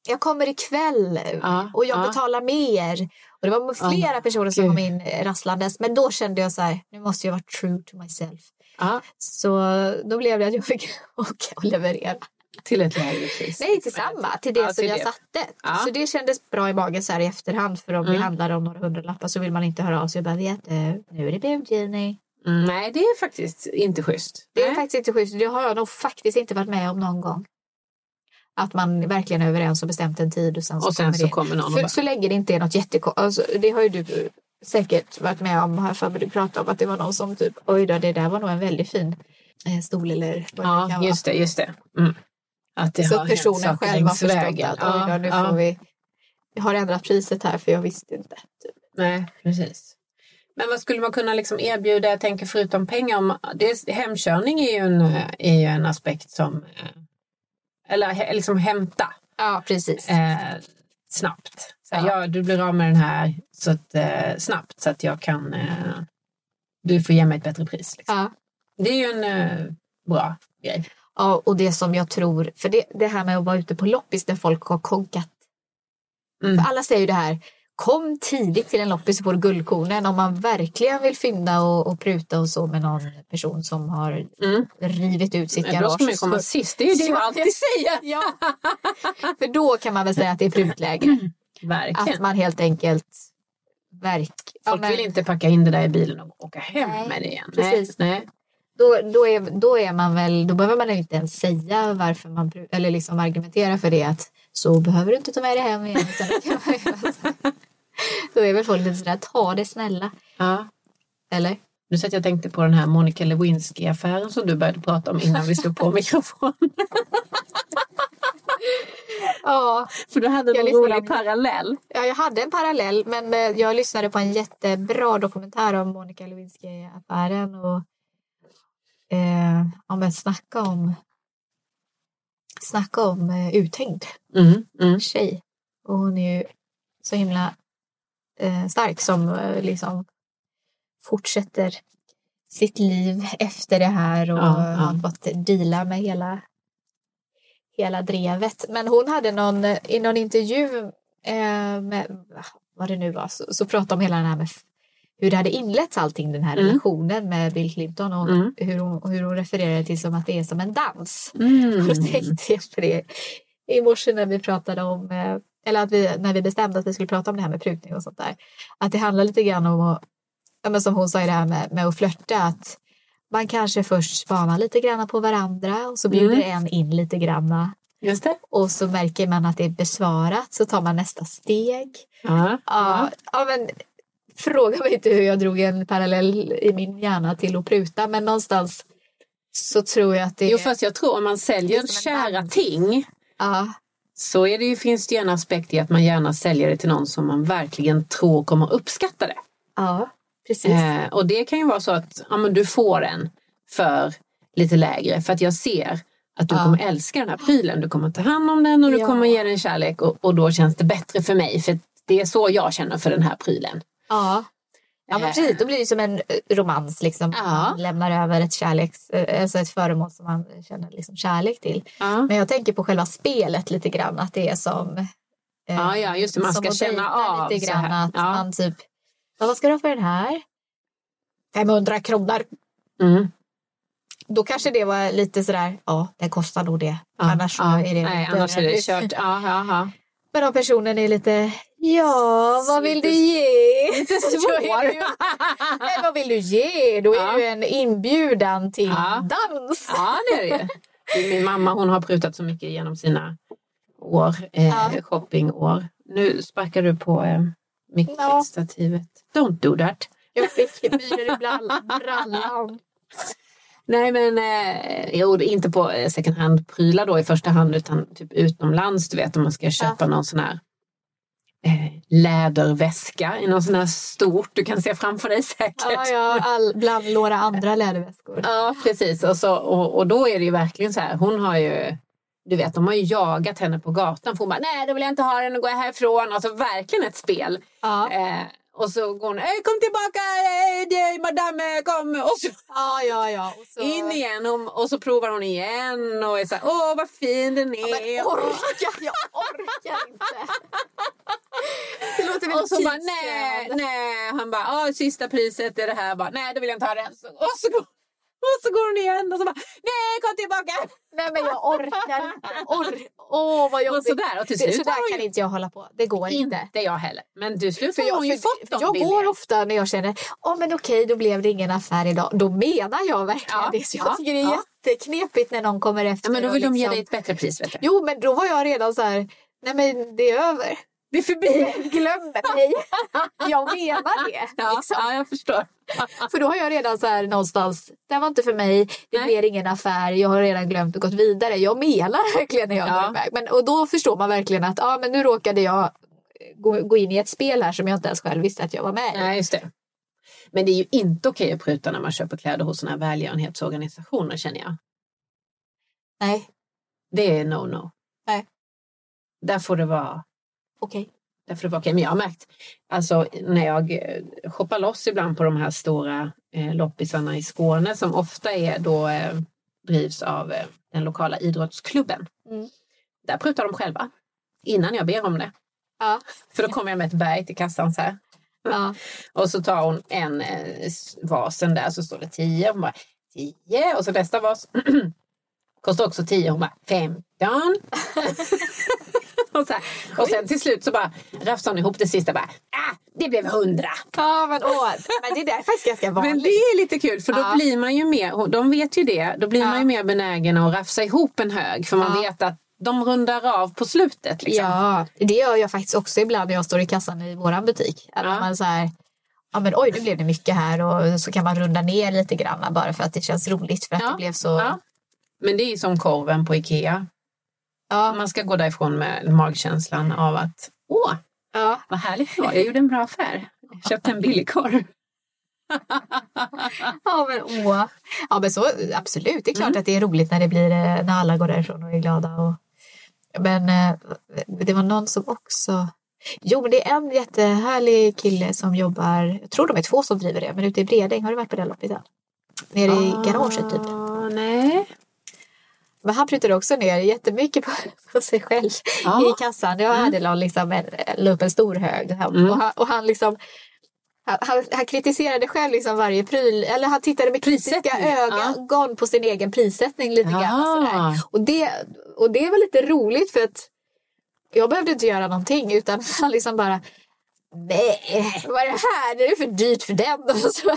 Speaker 2: Jag kommer ikväll
Speaker 1: Ja,
Speaker 2: och jag
Speaker 1: ja.
Speaker 2: betalar mer. Och det var flera personer som
Speaker 1: gud.
Speaker 2: kom in rasslandes. Men då kände jag så här, nu måste jag vara true to myself.
Speaker 1: Ja,
Speaker 2: Så då blev det att jag fick åka och leverera.
Speaker 1: till ett lägre pris.
Speaker 2: Nej, till samma. Till det
Speaker 1: Ja,
Speaker 2: som
Speaker 1: till
Speaker 2: jag
Speaker 1: det.
Speaker 2: satte.
Speaker 1: Ja. Mm.
Speaker 2: Så det kändes bra i magen så här i efterhand. För om det handlar om några hundralappar så vill man inte höra av sig och bara vet du, nu är det budgivning.
Speaker 1: Mm, nej, det är faktiskt inte schysst.
Speaker 2: Det är
Speaker 1: Nej.
Speaker 2: faktiskt inte schysst. Det har jag nog faktiskt inte varit med om någon gång. Att man verkligen är överens och bestämt en tid och sen så
Speaker 1: Och sen
Speaker 2: kommer
Speaker 1: så
Speaker 2: det.
Speaker 1: kommer någon och
Speaker 2: För,
Speaker 1: bara-
Speaker 2: Så länge det inte är något jättekonstigt. Alltså, det har ju du säkert varit med om. Här för du pratade om att det var någon som typ oj då, det där var nog en väldigt fin eh, stol eller vad det
Speaker 1: Ja,
Speaker 2: kan
Speaker 1: just det. Just det. Mm. Att det
Speaker 2: vara. Så
Speaker 1: har
Speaker 2: att
Speaker 1: hänt
Speaker 2: personen
Speaker 1: saker
Speaker 2: själv har
Speaker 1: längs
Speaker 2: förstått
Speaker 1: vägen.
Speaker 2: att oj då, nu
Speaker 1: Ja,
Speaker 2: får
Speaker 1: ja.
Speaker 2: vi jag har ändrat priset här för jag visste inte. Typ.
Speaker 1: Nej, precis. Men vad skulle man kunna liksom erbjuda, jag tänker förutom pengar, om, det, hemkörning är ju, en, eh, är ju en aspekt som, eh, eller he, liksom hämta
Speaker 2: Ja, precis.
Speaker 1: eh, snabbt. Så här,
Speaker 2: Ja.
Speaker 1: ja. du blir av med den här så att, eh, snabbt så att jag kan, eh, du får ge mig ett bättre pris. Liksom.
Speaker 2: Ja.
Speaker 1: Det är ju en eh, bra grej.
Speaker 2: Ja, och det som jag tror, för det, det här med att vara ute på loppis där folk har konkat.
Speaker 1: Mm.
Speaker 2: För alla säger ju det här, kom tidigt till en loppis och får guldkornen om man verkligen vill fynda och, och pruta och så med någon person som har
Speaker 1: Mm.
Speaker 2: rivit ut sitt
Speaker 1: Men Då
Speaker 2: garage.
Speaker 1: ska man ju komma
Speaker 2: Så-
Speaker 1: sist, det är ju det jag alltid säger.
Speaker 2: Ja, för då kan man väl säga att det är prutläge. Att
Speaker 1: Verkligen.
Speaker 2: man helt enkelt verk... ja,
Speaker 1: Folk
Speaker 2: men-
Speaker 1: vill inte packa in det där i bilen och åka hem
Speaker 2: Nej,
Speaker 1: med det igen.
Speaker 2: precis.
Speaker 1: Nej, nej.
Speaker 2: då, då, är, då är man väl, då behöver man inte ens säga varför man, bru- eller liksom argumentera för det att så behöver du inte ta med det hem igen. Utan det kan man göra så. då är väl folk lite sådär, ta det snälla.
Speaker 1: Ja.
Speaker 2: Eller?
Speaker 1: Nu satt jag och tänkte på den här Monica Lewinsky-affären som du började prata om innan vi slog på mikrofonen.
Speaker 2: Ja,
Speaker 1: För du hade
Speaker 2: Jag
Speaker 1: en
Speaker 2: lyssnade
Speaker 1: rolig
Speaker 2: på-
Speaker 1: parallell.
Speaker 2: ja, jag hade en parallell men eh, jag lyssnade på en jättebra dokumentär om Monica Lewinsky-affären och eh, ja, men snacka om snacka om eh, uthängd.
Speaker 1: Mm, mm.
Speaker 2: tjej. Och hon är ju så himla eh, stark som eh, liksom fortsätter sitt liv efter det här och
Speaker 1: Ja,
Speaker 2: har
Speaker 1: ja.
Speaker 2: fått deala med hela, hela drevet. Men hon hade någon, eh, i någon intervju eh, med vad det nu var så, så pratade om hela den här med f- hur det hade inletts allting den här
Speaker 1: Mm.
Speaker 2: relationen med Bill Clinton och
Speaker 1: Mm.
Speaker 2: hur, hon, hur hon refererade till som att det är som en dans.
Speaker 1: Mm.
Speaker 2: Då tänkte jag på det i morse när vi pratade om, eh, eller att vi, när vi bestämde att vi skulle prata om det här med prutning och sånt där. Att det handlar lite grann om, att, ja, men som hon sa i det här med, med att flörta, att man kanske först spanar lite grann på varandra och så bjuder en in lite grann
Speaker 1: Just det.
Speaker 2: och så märker man att det är besvarat så tar man nästa steg.
Speaker 1: Ja.
Speaker 2: Ja, ja men fråga mig inte hur jag drog en parallell i min hjärna till att pruta men någonstans så tror jag att det
Speaker 1: Jo, fast jag tror om man säljer
Speaker 2: Det är som en
Speaker 1: kära
Speaker 2: dans.
Speaker 1: ting
Speaker 2: ja,
Speaker 1: så är det ju, finns det ju en aspekt i att man gärna säljer det till någon som man verkligen tror kommer uppskatta det.
Speaker 2: Ja, precis.
Speaker 1: Eh, och det kan ju vara så att ja, men du får den för lite lägre för att jag ser att du
Speaker 2: Ja.
Speaker 1: kommer älska den här prylen. Du kommer ta hand om den och du
Speaker 2: Ja.
Speaker 1: kommer ge den kärlek och, och då känns det bättre för mig för det är så jag känner för den här prylen.
Speaker 2: Ja. Ja, men
Speaker 1: Eh.
Speaker 2: precis. Då blir det som en eh, romans. Liksom.
Speaker 1: Ja.
Speaker 2: Man lämnar över ett, kärleks, eh, alltså ett föremål som man känner liksom kärlek till.
Speaker 1: Ja,
Speaker 2: Men jag tänker på själva spelet lite grann. Att det är som... eh,
Speaker 1: ja, ja just det. Man
Speaker 2: som
Speaker 1: ska
Speaker 2: att dejta
Speaker 1: känna av.
Speaker 2: lite
Speaker 1: så
Speaker 2: grann.
Speaker 1: här.
Speaker 2: Att
Speaker 1: Ja.
Speaker 2: man typ... "Ja, Vad ska du ha för den här? 500 kronor.
Speaker 1: Mm.
Speaker 2: Då kanske det var lite sådär, ja, den kostar nog det.
Speaker 1: Ja,
Speaker 2: annars så
Speaker 1: ja.
Speaker 2: är det
Speaker 1: Nej,
Speaker 2: lite
Speaker 1: annars är det
Speaker 2: relativt."
Speaker 1: kört. Ja, ja, ja.
Speaker 2: Men om personen är lite, ja, vad vill du ge? Lite
Speaker 1: svår.
Speaker 2: Men vad vill du ge? Då är
Speaker 1: Ja.
Speaker 2: det ju en inbjudan till
Speaker 1: Ja.
Speaker 2: dans.
Speaker 1: Ja, det är det ju. Det är Min mamma hon har prutat så mycket genom sina år, eh,
Speaker 2: Ja.
Speaker 1: shoppingår. Nu sparkar du på eh,
Speaker 2: Ja.
Speaker 1: mikrostativet. Don't do that.
Speaker 2: Jag fick myror i brall- brallan.
Speaker 1: Nej, men eh, jo, det är inte på eh, second hand-prylar då i första hand utan typ utomlands. Du vet om man ska köpa någon sån här eh, läderväska i någon sån här stort. Du kan se framför dig säkert.
Speaker 2: Ja, ja, all, bland några andra läderväskor.
Speaker 1: Ja, precis. Och, så, och, och då är det ju verkligen så här, hon har ju du vet, de har ju jagat henne på gatan för hon bara nej, då vill jag inte ha den och gå härifrån. Alltså verkligen ett spel.
Speaker 2: Ja,
Speaker 1: Eh, och så går hon, "Eh, kom tillbaka, eh, det- madame, kom! Och så
Speaker 2: ja, ja. ja. Och så...
Speaker 1: in igen och, och så provar hon igen och är så här, åh vad fin den
Speaker 2: Ja, men
Speaker 1: är.
Speaker 2: orka, jag orkar inte. Det låter väldigt
Speaker 1: och så bara nej,
Speaker 2: tidskrävande.
Speaker 1: nej. Han bara, åh sista priset är det här. Bara, nej, då vill jag inte ha den. Så- Och så, går- och så går hon igen och så bara, nej, kom tillbaka!
Speaker 2: Nej men jag orkar inte. Or- Åh vad jobbigt.
Speaker 1: Och sådär, och till
Speaker 2: Det-
Speaker 1: slut har hon
Speaker 2: sådär kan
Speaker 1: ju-
Speaker 2: inte jag hålla på. Det går inte.
Speaker 1: Inte jag heller. Men du slut
Speaker 2: För
Speaker 1: har hon ju
Speaker 2: för-
Speaker 1: fått
Speaker 2: för
Speaker 1: dem
Speaker 2: jag går
Speaker 1: billigare.
Speaker 2: ofta när jag känner ja men okej då blev det ingen affär idag. Då menar jag verkligen
Speaker 1: Ja,
Speaker 2: det. Så jag
Speaker 1: ja,
Speaker 2: tycker det är
Speaker 1: ja.
Speaker 2: jätteknepigt när någon kommer efter.
Speaker 1: Ja, men då
Speaker 2: och
Speaker 1: vill de ge
Speaker 2: liksom-
Speaker 1: dig ett bättre pris. Vet du.
Speaker 2: Jo men då var jag redan så här. Nej men det är över.
Speaker 1: det är förbi.
Speaker 2: Glöm mig. Jag menar det.
Speaker 1: Ja,
Speaker 2: Liksom.
Speaker 1: ja, jag förstår.
Speaker 2: För då har jag redan så här någonstans, det här var inte för mig, det
Speaker 1: Nej.
Speaker 2: blir ingen affär, jag har redan glömt och gått vidare. Jag menar verkligen när jag
Speaker 1: Ja.
Speaker 2: går iväg. Men, och då förstår man verkligen att ah, men nu råkade jag gå, gå in i ett spel här som jag inte ens själv visste att jag var med i.
Speaker 1: Nej, just det. Men det är ju inte okej att pruta när man köper kläder hos såna här välgörenhetsorganisationer känner jag.
Speaker 2: Nej,
Speaker 1: Det är no-no.
Speaker 2: Nej.
Speaker 1: Där får det vara
Speaker 2: okej.
Speaker 1: Därför det var okej. Men jag har märkt, alltså när jag eh, shoppar loss ibland på de här stora eh, loppisarna i Skåne som ofta är då eh, drivs av eh, den lokala idrottsklubben.
Speaker 2: Mm.
Speaker 1: Där prutar de själva innan jag ber om det.
Speaker 2: Ja.
Speaker 1: För då kommer jag med ett berg till kassan så här.
Speaker 2: Ja.
Speaker 1: Och så tar hon en eh, s- vasen där så står det 10. Hon bara 10 och så nästa vas kostar också 10. Hon bara 15. och, så här. och sen till slut så bara rafsar hon ihop det sista. Bara, ah, det blev 100.
Speaker 2: Ja, men, åh, men det där är faktiskt ganska vanligt.
Speaker 1: Men det är lite kul för då
Speaker 2: Ja.
Speaker 1: blir man ju mer, hon- de vet ju det, då blir
Speaker 2: Ja.
Speaker 1: man ju mer benägen att rafsa ihop en hög för man
Speaker 2: Ja.
Speaker 1: vet att de rundar av på slutet. Liksom.
Speaker 2: Ja, det gör jag faktiskt också ibland när jag står i kassan i våran butik. Att
Speaker 1: Ja.
Speaker 2: man så här, ja men oj nu blev det mycket här och så kan man runda ner lite grann bara för att det känns roligt för att
Speaker 1: Ja.
Speaker 2: det blev så...
Speaker 1: Ja. Men det är ju som korven på Ikea.
Speaker 2: Ja.
Speaker 1: Man ska gå därifrån med magkänslan av att åh,
Speaker 2: Ja.
Speaker 1: Vad härligt det var. Jag gjorde en bra affär. Jag köpte en billig korv.
Speaker 2: Ja, men, åh. ja, men så absolut. Det är klart att det är roligt när det blir eh, när alla går därifrån och är glada. Och, men eh, det var någon som också... Jo, men det är en jättehärlig kille som jobbar. Jag tror de är två som driver det, men ute i Bredäng. Har du varit på det loppet än? Nere i garaget typ.
Speaker 1: Ah, Nej.
Speaker 2: Men han prutade också ner jättemycket på, på sig själv
Speaker 1: Ja. Mm.
Speaker 2: i kassan. Jag hade la liksom en, la upp en stor hög här, och, han, och han liksom han, han, han kritiserade själv liksom varje pryl, eller han tittade med kritiska
Speaker 1: Prissättning,
Speaker 2: ögon på sin egen prissättning lite grann.
Speaker 1: Ah.
Speaker 2: Och, sådär. och, det, och det var lite roligt för att jag behövde inte göra någonting utan han liksom bara Nej, vad är det här? Det är för dyrt för den. Och så,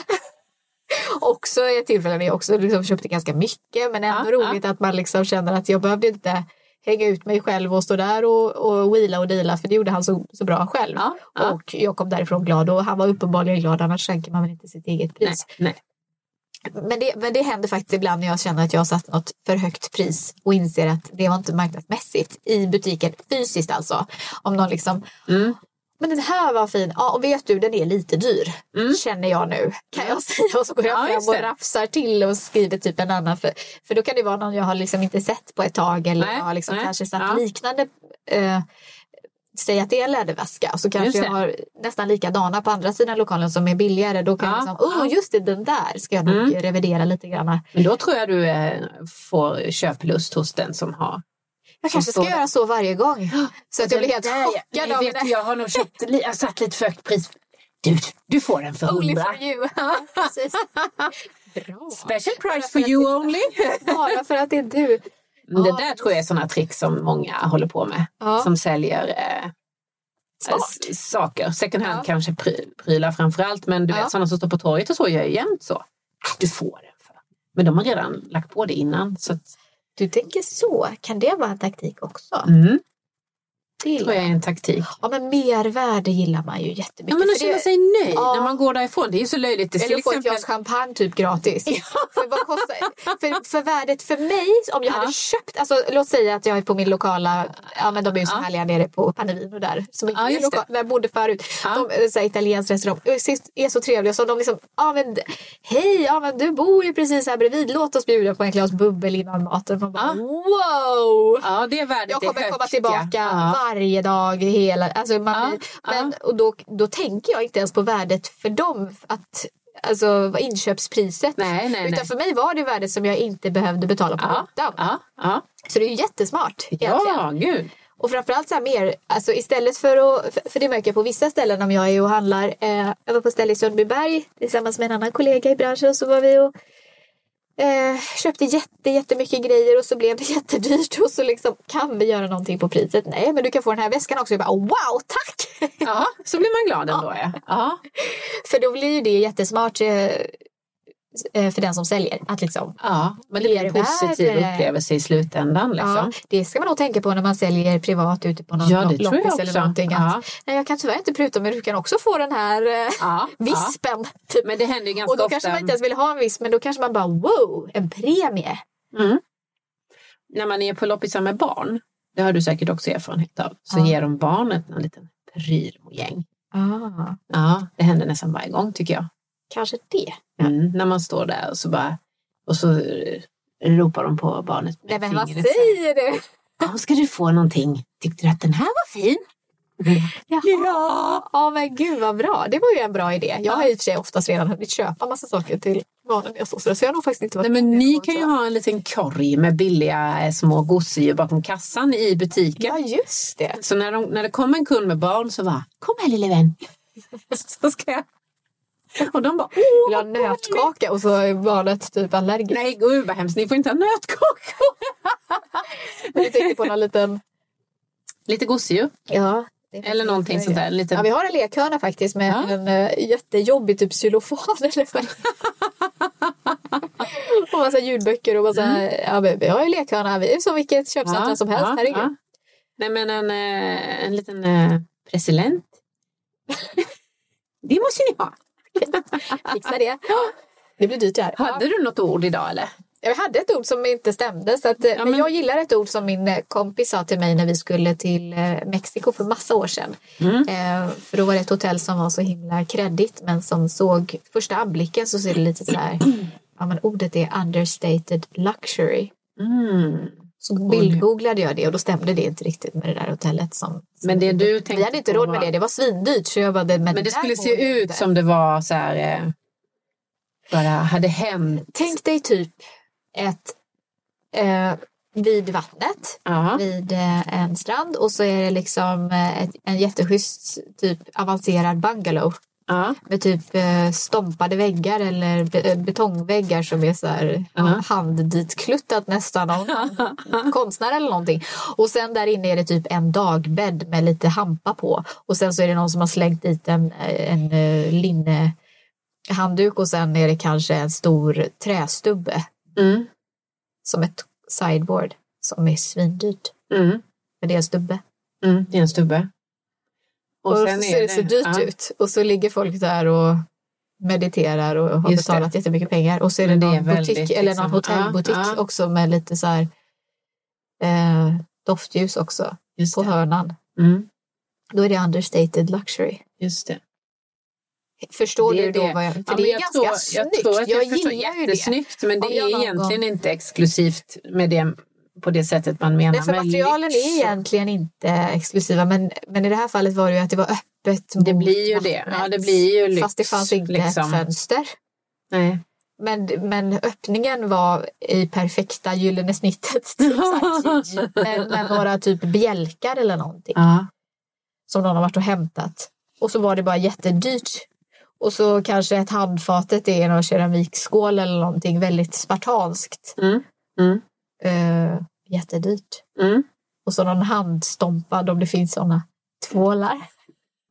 Speaker 2: också i ett tillfälle när jag också liksom köpte ganska mycket men ändå
Speaker 1: Ja,
Speaker 2: roligt att man liksom känner att jag behövde inte hänga ut mig själv och stå där och, och wheela och deala för det gjorde han så, så bra själv.
Speaker 1: Ja, ja.
Speaker 2: Och jag kom därifrån glad och han var uppenbarligen glad annars skänker man väl inte sitt eget
Speaker 1: Nej,
Speaker 2: pris.
Speaker 1: nej.
Speaker 2: Men det, men det händer faktiskt ibland när jag känner att jag har satt något för högt pris och inser att det var inte marknadsmässigt i butiken, fysiskt alltså. Om någon liksom,
Speaker 1: Mm.
Speaker 2: men den här var fin, ja och vet du den är lite dyr, känner jag nu. Kan jag säga och så går jag
Speaker 1: Mm. Ja, just
Speaker 2: fram och
Speaker 1: det.
Speaker 2: rafsar till och skriver typ en annan. För, för då kan det vara någon jag har liksom inte sett på ett tag eller
Speaker 1: Nej,
Speaker 2: jag har liksom
Speaker 1: nej,
Speaker 2: kanske satt
Speaker 1: ja.
Speaker 2: liknande eh, säg att det är en läderväska och så kanske
Speaker 1: Just
Speaker 2: jag
Speaker 1: det.
Speaker 2: har nästan likadana på andra sidan lokalen som är billigare. Då kan
Speaker 1: Ja, Mm.
Speaker 2: jag liksom, åh just det, den där ska jag nog revidera lite grann.
Speaker 1: Men då tror jag du eh, får köplust hos den som har.
Speaker 2: Jag
Speaker 1: Som
Speaker 2: kanske ska
Speaker 1: står där.
Speaker 2: göra så varje gång.
Speaker 1: Alltså,
Speaker 2: Så att jag blir helt
Speaker 1: Nej,
Speaker 2: chockad
Speaker 1: nej,
Speaker 2: av
Speaker 1: vet du,
Speaker 2: det.
Speaker 1: Jag har nog köpt, li- jag har satt lite för högt pris. Du, du får den för
Speaker 2: Only
Speaker 1: hundra.
Speaker 2: for you. Ja, precis. Bra.
Speaker 1: Special price for you only.
Speaker 2: Bara för att det är du.
Speaker 1: Men Det där tror jag är sådana trick som många håller på med.
Speaker 2: Ja.
Speaker 1: Som säljer eh,
Speaker 2: Smart.
Speaker 1: s- Alltså, saker. Second hand
Speaker 2: Ja.
Speaker 1: kanske pry, prylar framför allt. Men du
Speaker 2: Ja.
Speaker 1: vet sådana som står på torget och så gör ju jämt så. Äh, Du får den för. Men de har redan lagt på det innan. Så att,
Speaker 2: Du tänker så. Kan det vara en taktik också?
Speaker 1: mm,
Speaker 2: Det gillar
Speaker 1: tror jag är en taktik.
Speaker 2: jag. Ja, men mervärde gillar man ju jättemycket.
Speaker 1: Ja men att
Speaker 2: för det-
Speaker 1: känna sig nöjd
Speaker 2: Ja.
Speaker 1: när man går därifrån. Det är ju så löjligt. Det är
Speaker 2: Eller
Speaker 1: till
Speaker 2: få ett
Speaker 1: exempel...
Speaker 2: glas champagne typ gratis. För, vad kostar, för, för värdet för mig, om jag hade köpt, alltså, låt säga att jag är på min lokala, ja men de är ju så
Speaker 1: Ja.
Speaker 2: härliga nere på Panevino där, som är
Speaker 1: Ja,
Speaker 2: min
Speaker 1: just det.
Speaker 2: lokal, där jag bodde förut.
Speaker 1: Ja.
Speaker 2: De är så här, italiensk restaurang, Och sist- är så trevliga så de liksom, ja men hej, ja men du bor ju precis här bredvid, låt oss bjuda på en glas bubbel innan maten. Man bara,
Speaker 1: Ja.
Speaker 2: wow!
Speaker 1: Ja det är värdet.
Speaker 2: Jag
Speaker 1: det är
Speaker 2: kommer
Speaker 1: högt,
Speaker 2: komma tillbaka
Speaker 1: Ja.
Speaker 2: varje dag. Hela, alltså man,
Speaker 1: Ja,
Speaker 2: men, Och då, då tänker jag inte ens på värdet för dem. Att, alltså vad inköpspriset.
Speaker 1: Nej, nej,
Speaker 2: Utan
Speaker 1: nej.
Speaker 2: för mig var det värdet som jag inte behövde betala på
Speaker 1: Ja.
Speaker 2: notan.
Speaker 1: Ja. Ja.
Speaker 2: Så det är ju jättesmart. egentligen.
Speaker 1: ja, gud.
Speaker 2: Och framförallt så här mer, alltså istället för att, för- för det märker jag på vissa ställen om jag är och handlar. Eh, jag var på ett ställe i Sundbyberg tillsammans med en annan kollega i branschen och så var vi och eh, köpte jätte, jättemycket grejer och så blev det jättedyrt och så liksom kan vi göra någonting på priset? Nej, men du kan få den här väskan också. Jag bara wow, tack!
Speaker 1: Ja, så blir man glad ändå. Ja. Ja.
Speaker 2: för då blir ju det jättesmart eh, eh, för den som säljer att liksom
Speaker 1: Ja, men det blir en
Speaker 2: Mervärde.
Speaker 1: positiv upplevelse i slutändan. Liksom.
Speaker 2: Ja, alltså, det ska man nog tänka på när man säljer privat ute på någon
Speaker 1: Ja, det
Speaker 2: lo-
Speaker 1: tror jag
Speaker 2: loppis eller
Speaker 1: också.
Speaker 2: någonting. Att,
Speaker 1: Ja.
Speaker 2: Nej, jag kan tyvärr inte pruta men du kan också få den här eh,
Speaker 1: Ja,
Speaker 2: vispen. Typ.
Speaker 1: Men det händer ju ganska
Speaker 2: och då
Speaker 1: ofta.
Speaker 2: kanske man inte ens vill ha en visp men då kanske man bara wow, en premie.
Speaker 1: När man är på loppisar med barn, det har du säkert också erfarenhet av, så
Speaker 2: Ja.
Speaker 1: ger de barnet en liten prylmojäng.
Speaker 2: Ah,
Speaker 1: Ja, det händer nästan varje gång tycker jag.
Speaker 2: kanske det.
Speaker 1: Mm, när man står där och så bara och så eh, ropar de på barnet med
Speaker 2: Nej, men vad
Speaker 1: fingret. så här,
Speaker 2: säger du?
Speaker 1: Kom ska du få någonting. Tyckte du att den här var fin?
Speaker 2: Ja, ja men gud vad bra. Det var ju en bra idé. Jag har i och för sig oftast redan hunnit köpa massa saker till barnen när jag står så jag har nog faktiskt inte varit
Speaker 1: Nej, men ni
Speaker 2: med på
Speaker 1: kan ju
Speaker 2: så.
Speaker 1: ha en liten korg med billiga eh, små gosedjur bakom kassan i butiken.
Speaker 2: Ja, just det.
Speaker 1: Så när, de, när det kom en kund med barn så var kom här lille vän. så ska jag. Och de bara, åh,
Speaker 2: Vill ha
Speaker 1: vad gulligt."
Speaker 2: nötkaka och så är barnet typ allergiskt.
Speaker 1: Nej, gud vad hemskt, ni får inte ha nötkakor.
Speaker 2: Men du tänker på någon liten...
Speaker 1: Lite gosedjur
Speaker 2: Ja.
Speaker 1: eller någonting sånt där. Lite...
Speaker 2: Ja, vi har en lekhörna faktiskt med
Speaker 1: Ja.
Speaker 2: en eh, jättejobbig typ xylofon. Eller vad. och massa ljudböcker och massa, ja, men vi har ju lekhörna. Vi är som vilket köpcentrum som helst. Herregud.
Speaker 1: Nej, men en, eh, en liten eh, president. det måste ni ha.
Speaker 2: Fixa det. Det blir dyrt det här.
Speaker 1: Hade du något ord idag eller?
Speaker 2: Jag hade ett ord som inte stämde. Så att, eh, men...
Speaker 1: men-
Speaker 2: jag gillar ett ord som min eh, kompis sa till mig när vi skulle till eh, Mexiko för massa år sedan.
Speaker 1: Mm.
Speaker 2: Eh, för då var det ett hotell som var så himla kreddigt men som såg första anblicken så ser det lite så här. ja, men ordet är understated luxury.
Speaker 1: Mm.
Speaker 2: Så bildgooglade jag det och då stämde det inte riktigt med det där hotellet. Som, som
Speaker 1: Men det du
Speaker 2: vi
Speaker 1: tänkte
Speaker 2: hade inte
Speaker 1: på
Speaker 2: råd med
Speaker 1: var-
Speaker 2: det. Det var svindyrt. Så jag bara, men,
Speaker 1: Men det
Speaker 2: där
Speaker 1: skulle
Speaker 2: går
Speaker 1: se
Speaker 2: ju
Speaker 1: ut
Speaker 2: inte.
Speaker 1: som det var så här, eh, bara hade hänt.
Speaker 2: Tänk dig typ ett eh, vid vattnet
Speaker 1: Ja.
Speaker 2: vid eh, en strand och så är det liksom eh, ett, en jätteschysst typ avancerad bungalow
Speaker 1: Ja.
Speaker 2: med typ eh, stompade väggar eller be- eh, betongväggar som är så här
Speaker 1: Ja.
Speaker 2: handditklutat nästan av någon konstnär eller någonting. Och sen där inne är det typ en dagbädd med lite hampa på och sen så är det någon som har slängt dit en, eh, en eh, linne handduk och sen är det kanske en stor trästubbe
Speaker 1: Mm.
Speaker 2: som ett sideboard som är svindyrt.
Speaker 1: Mm.
Speaker 2: För det är en stubbe.
Speaker 1: Mm. Det är en stubbe.
Speaker 2: Och, så ser det så dyrt ut. Och så ligger folk där och mediterar och har
Speaker 1: Just det.
Speaker 2: betalat jättemycket pengar. Och så är det,
Speaker 1: Men det är
Speaker 2: någon
Speaker 1: väldigt,
Speaker 2: butik eller
Speaker 1: liksom,
Speaker 2: någon hotellbutik
Speaker 1: ja, ja.
Speaker 2: också med lite så här eh, doftljus också
Speaker 1: Just
Speaker 2: på
Speaker 1: det.
Speaker 2: hörnan.
Speaker 1: Mm,
Speaker 2: Då är det understated luxury.
Speaker 1: just det.
Speaker 2: Förstår
Speaker 1: Det är
Speaker 2: du då
Speaker 1: det.
Speaker 2: vad jag... För
Speaker 1: Ja,
Speaker 2: det
Speaker 1: men
Speaker 2: är
Speaker 1: jag
Speaker 2: ganska
Speaker 1: tror,
Speaker 2: snyggt.
Speaker 1: jag tror att jag, förstår
Speaker 2: gillar ju det.
Speaker 1: jättesnyggt, men
Speaker 2: Om
Speaker 1: det
Speaker 2: jag
Speaker 1: är
Speaker 2: någon
Speaker 1: egentligen inte exklusivt med det, på det sättet man menar.
Speaker 2: Nej, för
Speaker 1: men liksom-
Speaker 2: materialen
Speaker 1: lyx-
Speaker 2: är egentligen inte exklusiva, men, men i det här fallet var det ju att det var öppet
Speaker 1: Det
Speaker 2: mot
Speaker 1: blir ju det.
Speaker 2: vattnet.
Speaker 1: Ja, det blir ju lyx.
Speaker 2: Fast det fanns inte
Speaker 1: liksom.
Speaker 2: fönster.
Speaker 1: Nej.
Speaker 2: Men, men öppningen var i perfekta gyllene snittet. Typ så här, med, med några typ bjälkar eller någonting
Speaker 1: Ja.
Speaker 2: som någon har varit och hämtat. Och så var det bara jättedyrt. Och så kanske ett handfatet är någon keramikskål eller någonting väldigt spartanskt.
Speaker 1: Mm. Mm.
Speaker 2: Eh, jättedyrt.
Speaker 1: Mm.
Speaker 2: Och så någon handstompad om det finns sådana tvålar.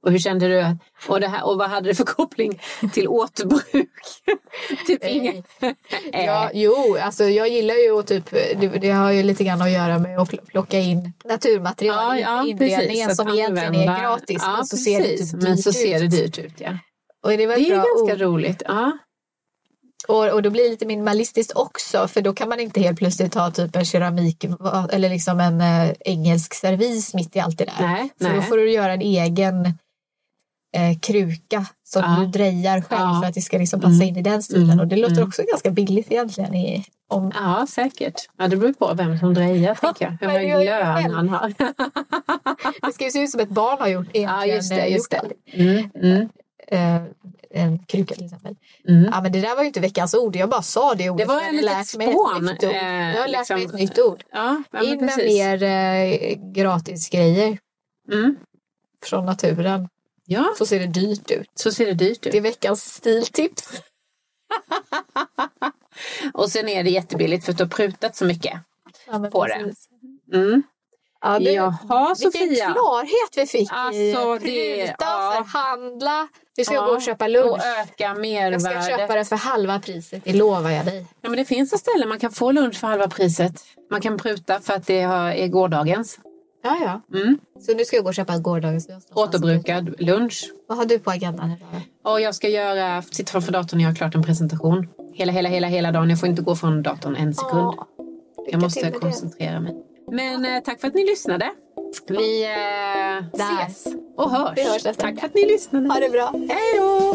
Speaker 1: Och hur kände du? att- Och, det här, och vad hade det för koppling till återbruk? Eh, typ ingen...
Speaker 2: Ja, jo, alltså jag gillar ju att typ, det, det har ju lite grann att göra med att pl- plocka in naturmaterial
Speaker 1: Ja,
Speaker 2: i
Speaker 1: ja,
Speaker 2: inredningen
Speaker 1: precis.
Speaker 2: som
Speaker 1: Att
Speaker 2: egentligen
Speaker 1: använda-
Speaker 2: är gratis.
Speaker 1: Ja,
Speaker 2: men så ser det
Speaker 1: precis.
Speaker 2: typ
Speaker 1: Men så
Speaker 2: dyrt
Speaker 1: ser det
Speaker 2: ut.
Speaker 1: dyrt ut, ja.
Speaker 2: Och det, var
Speaker 1: Det är
Speaker 2: ett bra
Speaker 1: ganska
Speaker 2: ord.
Speaker 1: roligt. Ja.
Speaker 2: Och, och då blir det lite minimalistiskt också för då kan man inte helt plötsligt ha typ en keramik eller liksom en eh, engelsk servis mitt i allt det där.
Speaker 1: Nej,
Speaker 2: för då
Speaker 1: nej.
Speaker 2: får du göra en egen eh, kruka som
Speaker 1: Ja.
Speaker 2: du drejar själv
Speaker 1: Ja.
Speaker 2: för att det ska liksom passa
Speaker 1: Mm.
Speaker 2: in i den stilen.
Speaker 1: Mm,
Speaker 2: Och det låter
Speaker 1: mm.
Speaker 2: också ganska billigt egentligen. I, om,
Speaker 1: ja, säkert. Ja, det beror på vem som drejar, tänker jag. Hur
Speaker 2: Men det gör
Speaker 1: hög
Speaker 2: ju
Speaker 1: lön
Speaker 2: själv.
Speaker 1: han har.
Speaker 2: det ska ju se ut som ett barn har gjort.
Speaker 1: ja,
Speaker 2: egentligen,
Speaker 1: just
Speaker 2: eh,
Speaker 1: det. Just
Speaker 2: gjort
Speaker 1: det. Mm, mm,
Speaker 2: eh, en kruka till exempel.
Speaker 1: mm.
Speaker 2: Ja, men det där var ju inte veckans ord. Jag bara sa det ordet.
Speaker 1: Det var
Speaker 2: Jag
Speaker 1: en
Speaker 2: hade
Speaker 1: litet
Speaker 2: lärt mig ett
Speaker 1: spån,
Speaker 2: nytt ord.
Speaker 1: eh,
Speaker 2: Jag har lärt mig ett
Speaker 1: liksom.
Speaker 2: nytt ord.
Speaker 1: Ja, ja, men
Speaker 2: In med
Speaker 1: precis.
Speaker 2: mer eh, gratisgrejer
Speaker 1: Mm.
Speaker 2: från naturen
Speaker 1: Ja,
Speaker 2: så ser det dyrt ut.
Speaker 1: så ser det dyrt ut.
Speaker 2: Det är veckans stiltips.
Speaker 1: Och sen är det jättebilligt för att du har prutat så mycket.
Speaker 2: Ja, men
Speaker 1: På det.
Speaker 2: precis.
Speaker 1: Mm.
Speaker 2: Ja, det,
Speaker 1: Jaha,
Speaker 2: vilken
Speaker 1: Sofia.
Speaker 2: klarhet vi fick
Speaker 1: Alltså,
Speaker 2: i pruta,
Speaker 1: det- ja.
Speaker 2: förhandla. Vi ska
Speaker 1: Ja,
Speaker 2: gå och köpa lunch.
Speaker 1: Och öka
Speaker 2: jag ska
Speaker 1: mervärdet.
Speaker 2: köpa den för halva priset, det lovar jag dig.
Speaker 1: Ja, men det finns ett ställe man kan få lunch för halva priset. Man kan pruta för att det har- är gårdagens.
Speaker 2: Ja, ja.
Speaker 1: Mm.
Speaker 2: Så nu ska jag gå och köpa gårdagens lunch.
Speaker 1: Återbrukad lunch.
Speaker 2: Vad har du på agendan idag?
Speaker 1: Och jag ska göra, sitta framför datorn och göra klart en presentation. Hela, hela, hela, hela dagen. Jag får inte gå från datorn en sekund.
Speaker 2: Ja, lycka
Speaker 1: jag måste
Speaker 2: till med det.
Speaker 1: koncentrera mig. Men eh, tack för att ni lyssnade. Vi eh,
Speaker 2: Där.
Speaker 1: ses och hörs.
Speaker 2: Vi hörs nästa
Speaker 1: tack
Speaker 2: vecka.
Speaker 1: för att ni lyssnade.
Speaker 2: Ha det bra.
Speaker 1: Hej då!